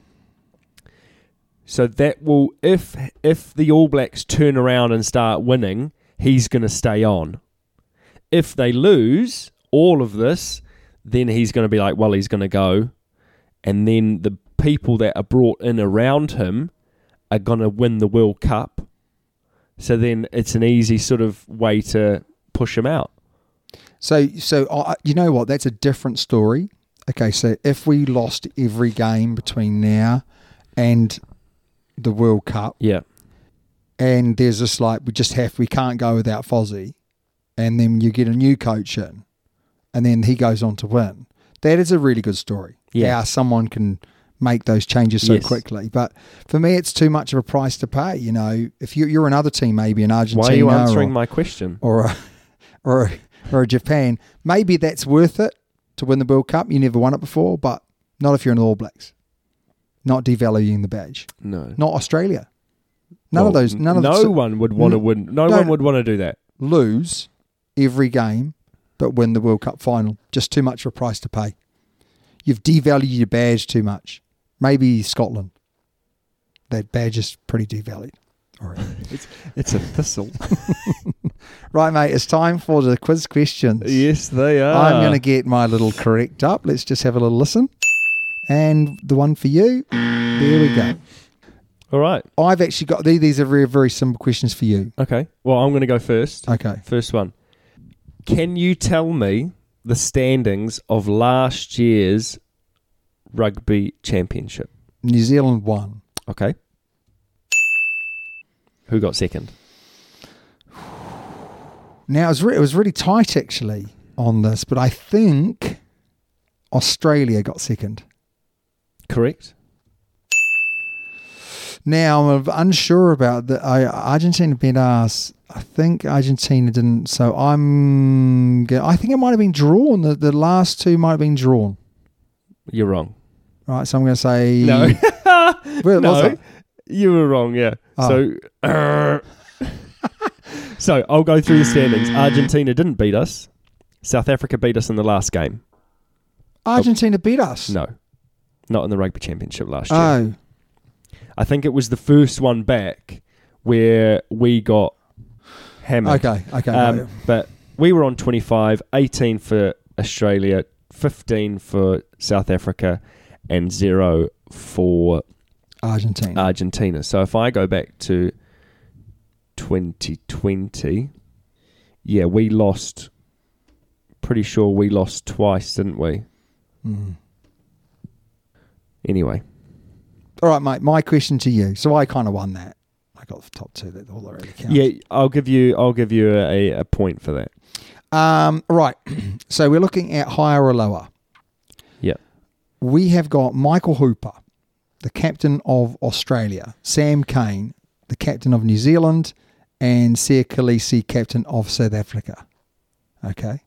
Speaker 2: So that will if if the All Blacks turn around and start winning, he's going to stay on. If they lose all of this, then he's going to be like, well, he's going to go and then the people that are brought in around him are going to win the World Cup. So then it's an easy sort of way to push him out.
Speaker 1: So, so I you know what? That's a different story. Okay, so if we lost every game between now and the World Cup,
Speaker 2: Yeah.
Speaker 1: and there's this like we just have we can't go without Fozzie, and then you get a new coach in, and then he goes on to win. That is a really good story.
Speaker 2: Yeah.
Speaker 1: how someone can make those changes so
Speaker 2: Yes.
Speaker 1: quickly. But for me, it's too much of a price to pay. You know, if you, you're another team, maybe in Argentina,
Speaker 2: Why are you
Speaker 1: or-
Speaker 2: answering my question?
Speaker 1: or a, or a, or a Japan, maybe that's worth it to win the World Cup. You never won it before, but not if you're in the All Blacks. Not devaluing the badge.
Speaker 2: No.
Speaker 1: Not Australia. None of
Speaker 2: Well,
Speaker 1: those. None of
Speaker 2: no
Speaker 1: those
Speaker 2: one would want to win. No
Speaker 1: don't-
Speaker 2: one would want to do that.
Speaker 1: lose every game, but win the World Cup final. Just too much of a price to pay. You've devalued your badge too much. Maybe Scotland. That badge is pretty devalued. All right.
Speaker 2: It's a thistle.
Speaker 1: right, mate. It's time for the quiz questions.
Speaker 2: yes, they are.
Speaker 1: I'm going to get my little correct up. Let's just have a little listen. And the one for you. There we go.
Speaker 2: All right.
Speaker 1: I've actually got these. These are very, very simple questions for you.
Speaker 2: Okay. Well, I'm going to go first.
Speaker 1: Okay.
Speaker 2: First one. Can you tell me the standings of last year's rugby championship?
Speaker 1: New Zealand won.
Speaker 2: Okay. Who got second?
Speaker 1: Now, it was, re- it was really tight actually on this, but I think Australia got second.
Speaker 2: Correct.
Speaker 1: Now, I'm unsure about that. I Argentina beat us. I think Argentina didn't. So I'm. go- I think it might have been drawn. The, the last two might have been drawn.
Speaker 2: You're wrong.
Speaker 1: Right. So I'm going to say.
Speaker 2: No.
Speaker 1: Where was
Speaker 2: no.
Speaker 1: it?
Speaker 2: You were wrong, yeah.
Speaker 1: Oh.
Speaker 2: So So I'll go through the standings. Argentina didn't beat us. South Africa beat us in the last game.
Speaker 1: Argentina beat us.
Speaker 2: No. Not in the rugby championship last year.
Speaker 1: Oh,
Speaker 2: I think it was the first one back where we got hammered.
Speaker 1: okay, okay.
Speaker 2: Um,
Speaker 1: right.
Speaker 2: but we were on 25, 18 for Australia, 15 for South Africa, and zero for
Speaker 1: Argentina.
Speaker 2: Uh, Argentina. So if I go back to 2020, yeah, we lost. Pretty sure we lost twice, didn't we?
Speaker 1: Mm.
Speaker 2: Anyway,
Speaker 1: all right, mate. My question to you. So I kind of won that. I got the top two. That all that really counts.
Speaker 2: yeah, I'll give you, I'll give you a, a point for that.
Speaker 1: Um. Right. so we're looking at higher or lower.
Speaker 2: Yeah,
Speaker 1: We have got Michael Hooper, the captain of Australia. Sam Kane, the captain of New Zealand, and Sir Khaleesi, captain of South Africa. Okay.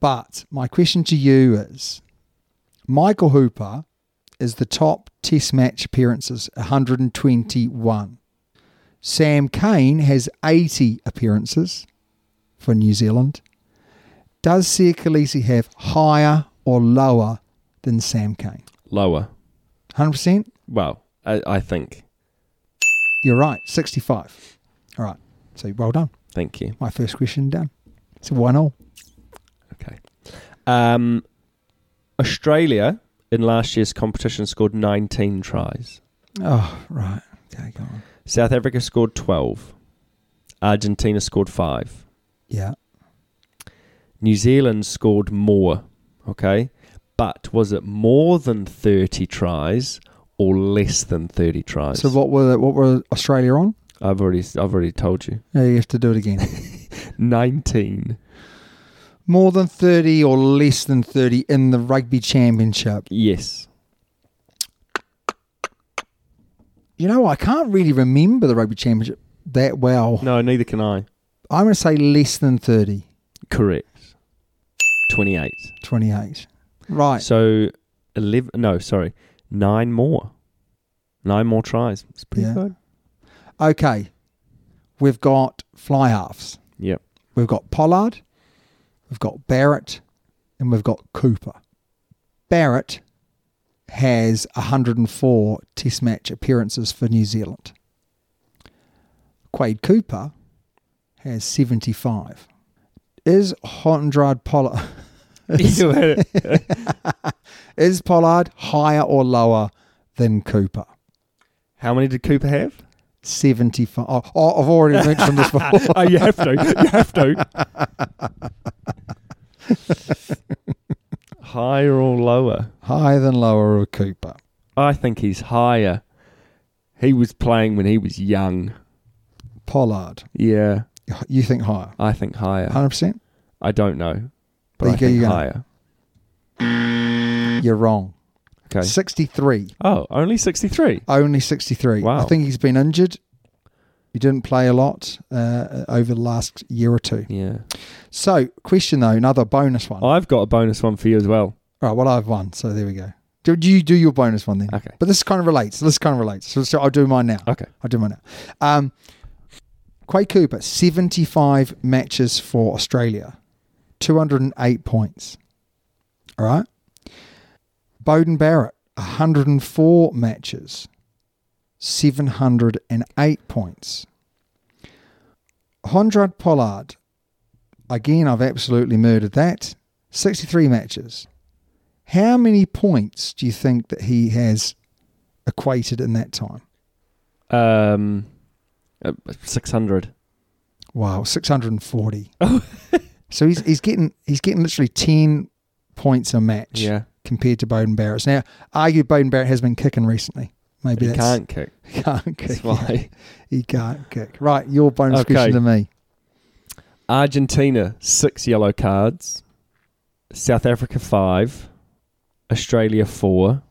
Speaker 1: But my question to you is Michael Hooper is the top test match appearances, 121. Sam Kane has 80 appearances for New Zealand. Does Sir Khaleesi have higher or lower than Sam Kane?
Speaker 2: Lower.
Speaker 1: 100%?
Speaker 2: Well, I, I think.
Speaker 1: You're right, 65. All right. So well done.
Speaker 2: Thank you.
Speaker 1: My first question done. So one all.
Speaker 2: Okay. Um, Australia in last year's competition scored 19 tries.
Speaker 1: Oh, right. Okay, go on.
Speaker 2: South Africa scored 12. Argentina scored 5.
Speaker 1: Yeah.
Speaker 2: New Zealand scored more. Okay. But was it more than 30 tries or less than 30 tries?
Speaker 1: So what were what were Australia on?
Speaker 2: I've already I've already told you.
Speaker 1: Yeah, you have to do it again.
Speaker 2: 19.
Speaker 1: More than 30 or less than 30 in the rugby championship.
Speaker 2: Yes.
Speaker 1: You know, I can't really remember the rugby championship that well.
Speaker 2: No, neither can I.
Speaker 1: I'm going to say less than 30,
Speaker 2: Correct. 28.
Speaker 1: 28. Right.
Speaker 2: So 11 no, sorry. 9 more. 9 more tries. It's pretty
Speaker 1: Yeah.
Speaker 2: good.
Speaker 1: Okay. We've got fly halves.
Speaker 2: Yep.
Speaker 1: We've got Pollard, we've got Barrett, and we've got Cooper. Barrett has 104 Test match appearances for New Zealand. Quade Cooper has 75. Is Hondrad Pollard is, is Pollard higher or lower than Cooper?
Speaker 2: How many did Cooper have?
Speaker 1: 75. Oh, oh, I've already mentioned this before.
Speaker 2: oh, you have to. You have to. Higher or lower?
Speaker 1: Higher than lower or Cooper?
Speaker 2: I think he's higher. He was playing when he was young.
Speaker 1: Pollard.
Speaker 2: Yeah,
Speaker 1: You think higher?
Speaker 2: I think higher.
Speaker 1: 100%?
Speaker 2: I don't know, but
Speaker 1: There
Speaker 2: I
Speaker 1: you go,
Speaker 2: think
Speaker 1: you go.
Speaker 2: higher.
Speaker 1: You're wrong.
Speaker 2: Okay.
Speaker 1: 63.
Speaker 2: Oh, only sixty-three.
Speaker 1: Only 63.
Speaker 2: Wow.
Speaker 1: I think he's been injured. He didn't play a lot uh, over the last year or two.
Speaker 2: Yeah.
Speaker 1: So, question though, another bonus one. All
Speaker 2: I've got a bonus one for you as well.
Speaker 1: right, well, I've won. So, there we go. Do do you do your bonus one then?
Speaker 2: Okay.
Speaker 1: But this kind of relates. This kind of relates. So, so I'll do mine now.
Speaker 2: Okay.
Speaker 1: I'll do mine now. Um, Quay Cooper, 75 matches for Australia, 208 points. All right. Bowden Barrett, 104 matches, 708 points. Hondrad Pollard, again, I've absolutely murdered that, 63 matches. How many points do you think that he has equated in that time?
Speaker 2: Um, six hundred.
Speaker 1: Wow, 640.
Speaker 2: Oh.
Speaker 1: so he's he's getting he's getting literally 10 points a match
Speaker 2: Yeah.
Speaker 1: compared to Bowden Barrett. Now, argue Bowden Barrett has been kicking recently. Maybe
Speaker 2: He
Speaker 1: that's
Speaker 2: can't kick.
Speaker 1: he can't kick.
Speaker 2: That's why.
Speaker 1: He can't kick. Right, your bonus
Speaker 2: Okay.
Speaker 1: question to me.
Speaker 2: Argentina, six yellow cards. South Africa, five. Australia, four.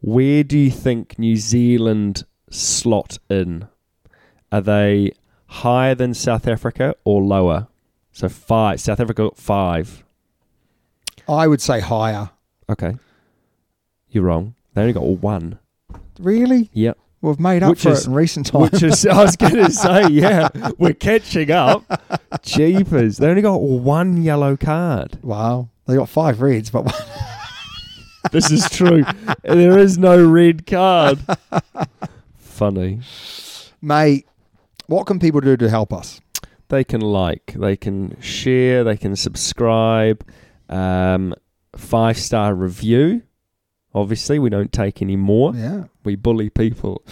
Speaker 2: Where do you think New Zealand slot in? Are they higher than South Africa or lower? So five. South Africa got five.
Speaker 1: I would say higher.
Speaker 2: Okay. You're wrong. They only got one.
Speaker 1: Really?
Speaker 2: Yep.
Speaker 1: We've made up
Speaker 2: Which
Speaker 1: for
Speaker 2: is-
Speaker 1: it in recent time.
Speaker 2: Which is, I was going to say, yeah, we're catching up. Jeepers. They only got one yellow card.
Speaker 1: wow. They got five reds, but
Speaker 2: This is true. there is no red card. Funny.
Speaker 1: mate, what can people do to help us?
Speaker 2: They can like, they can share, they can subscribe. Um, five star review. Obviously, we don't take any more.
Speaker 1: Yeah.
Speaker 2: We bully people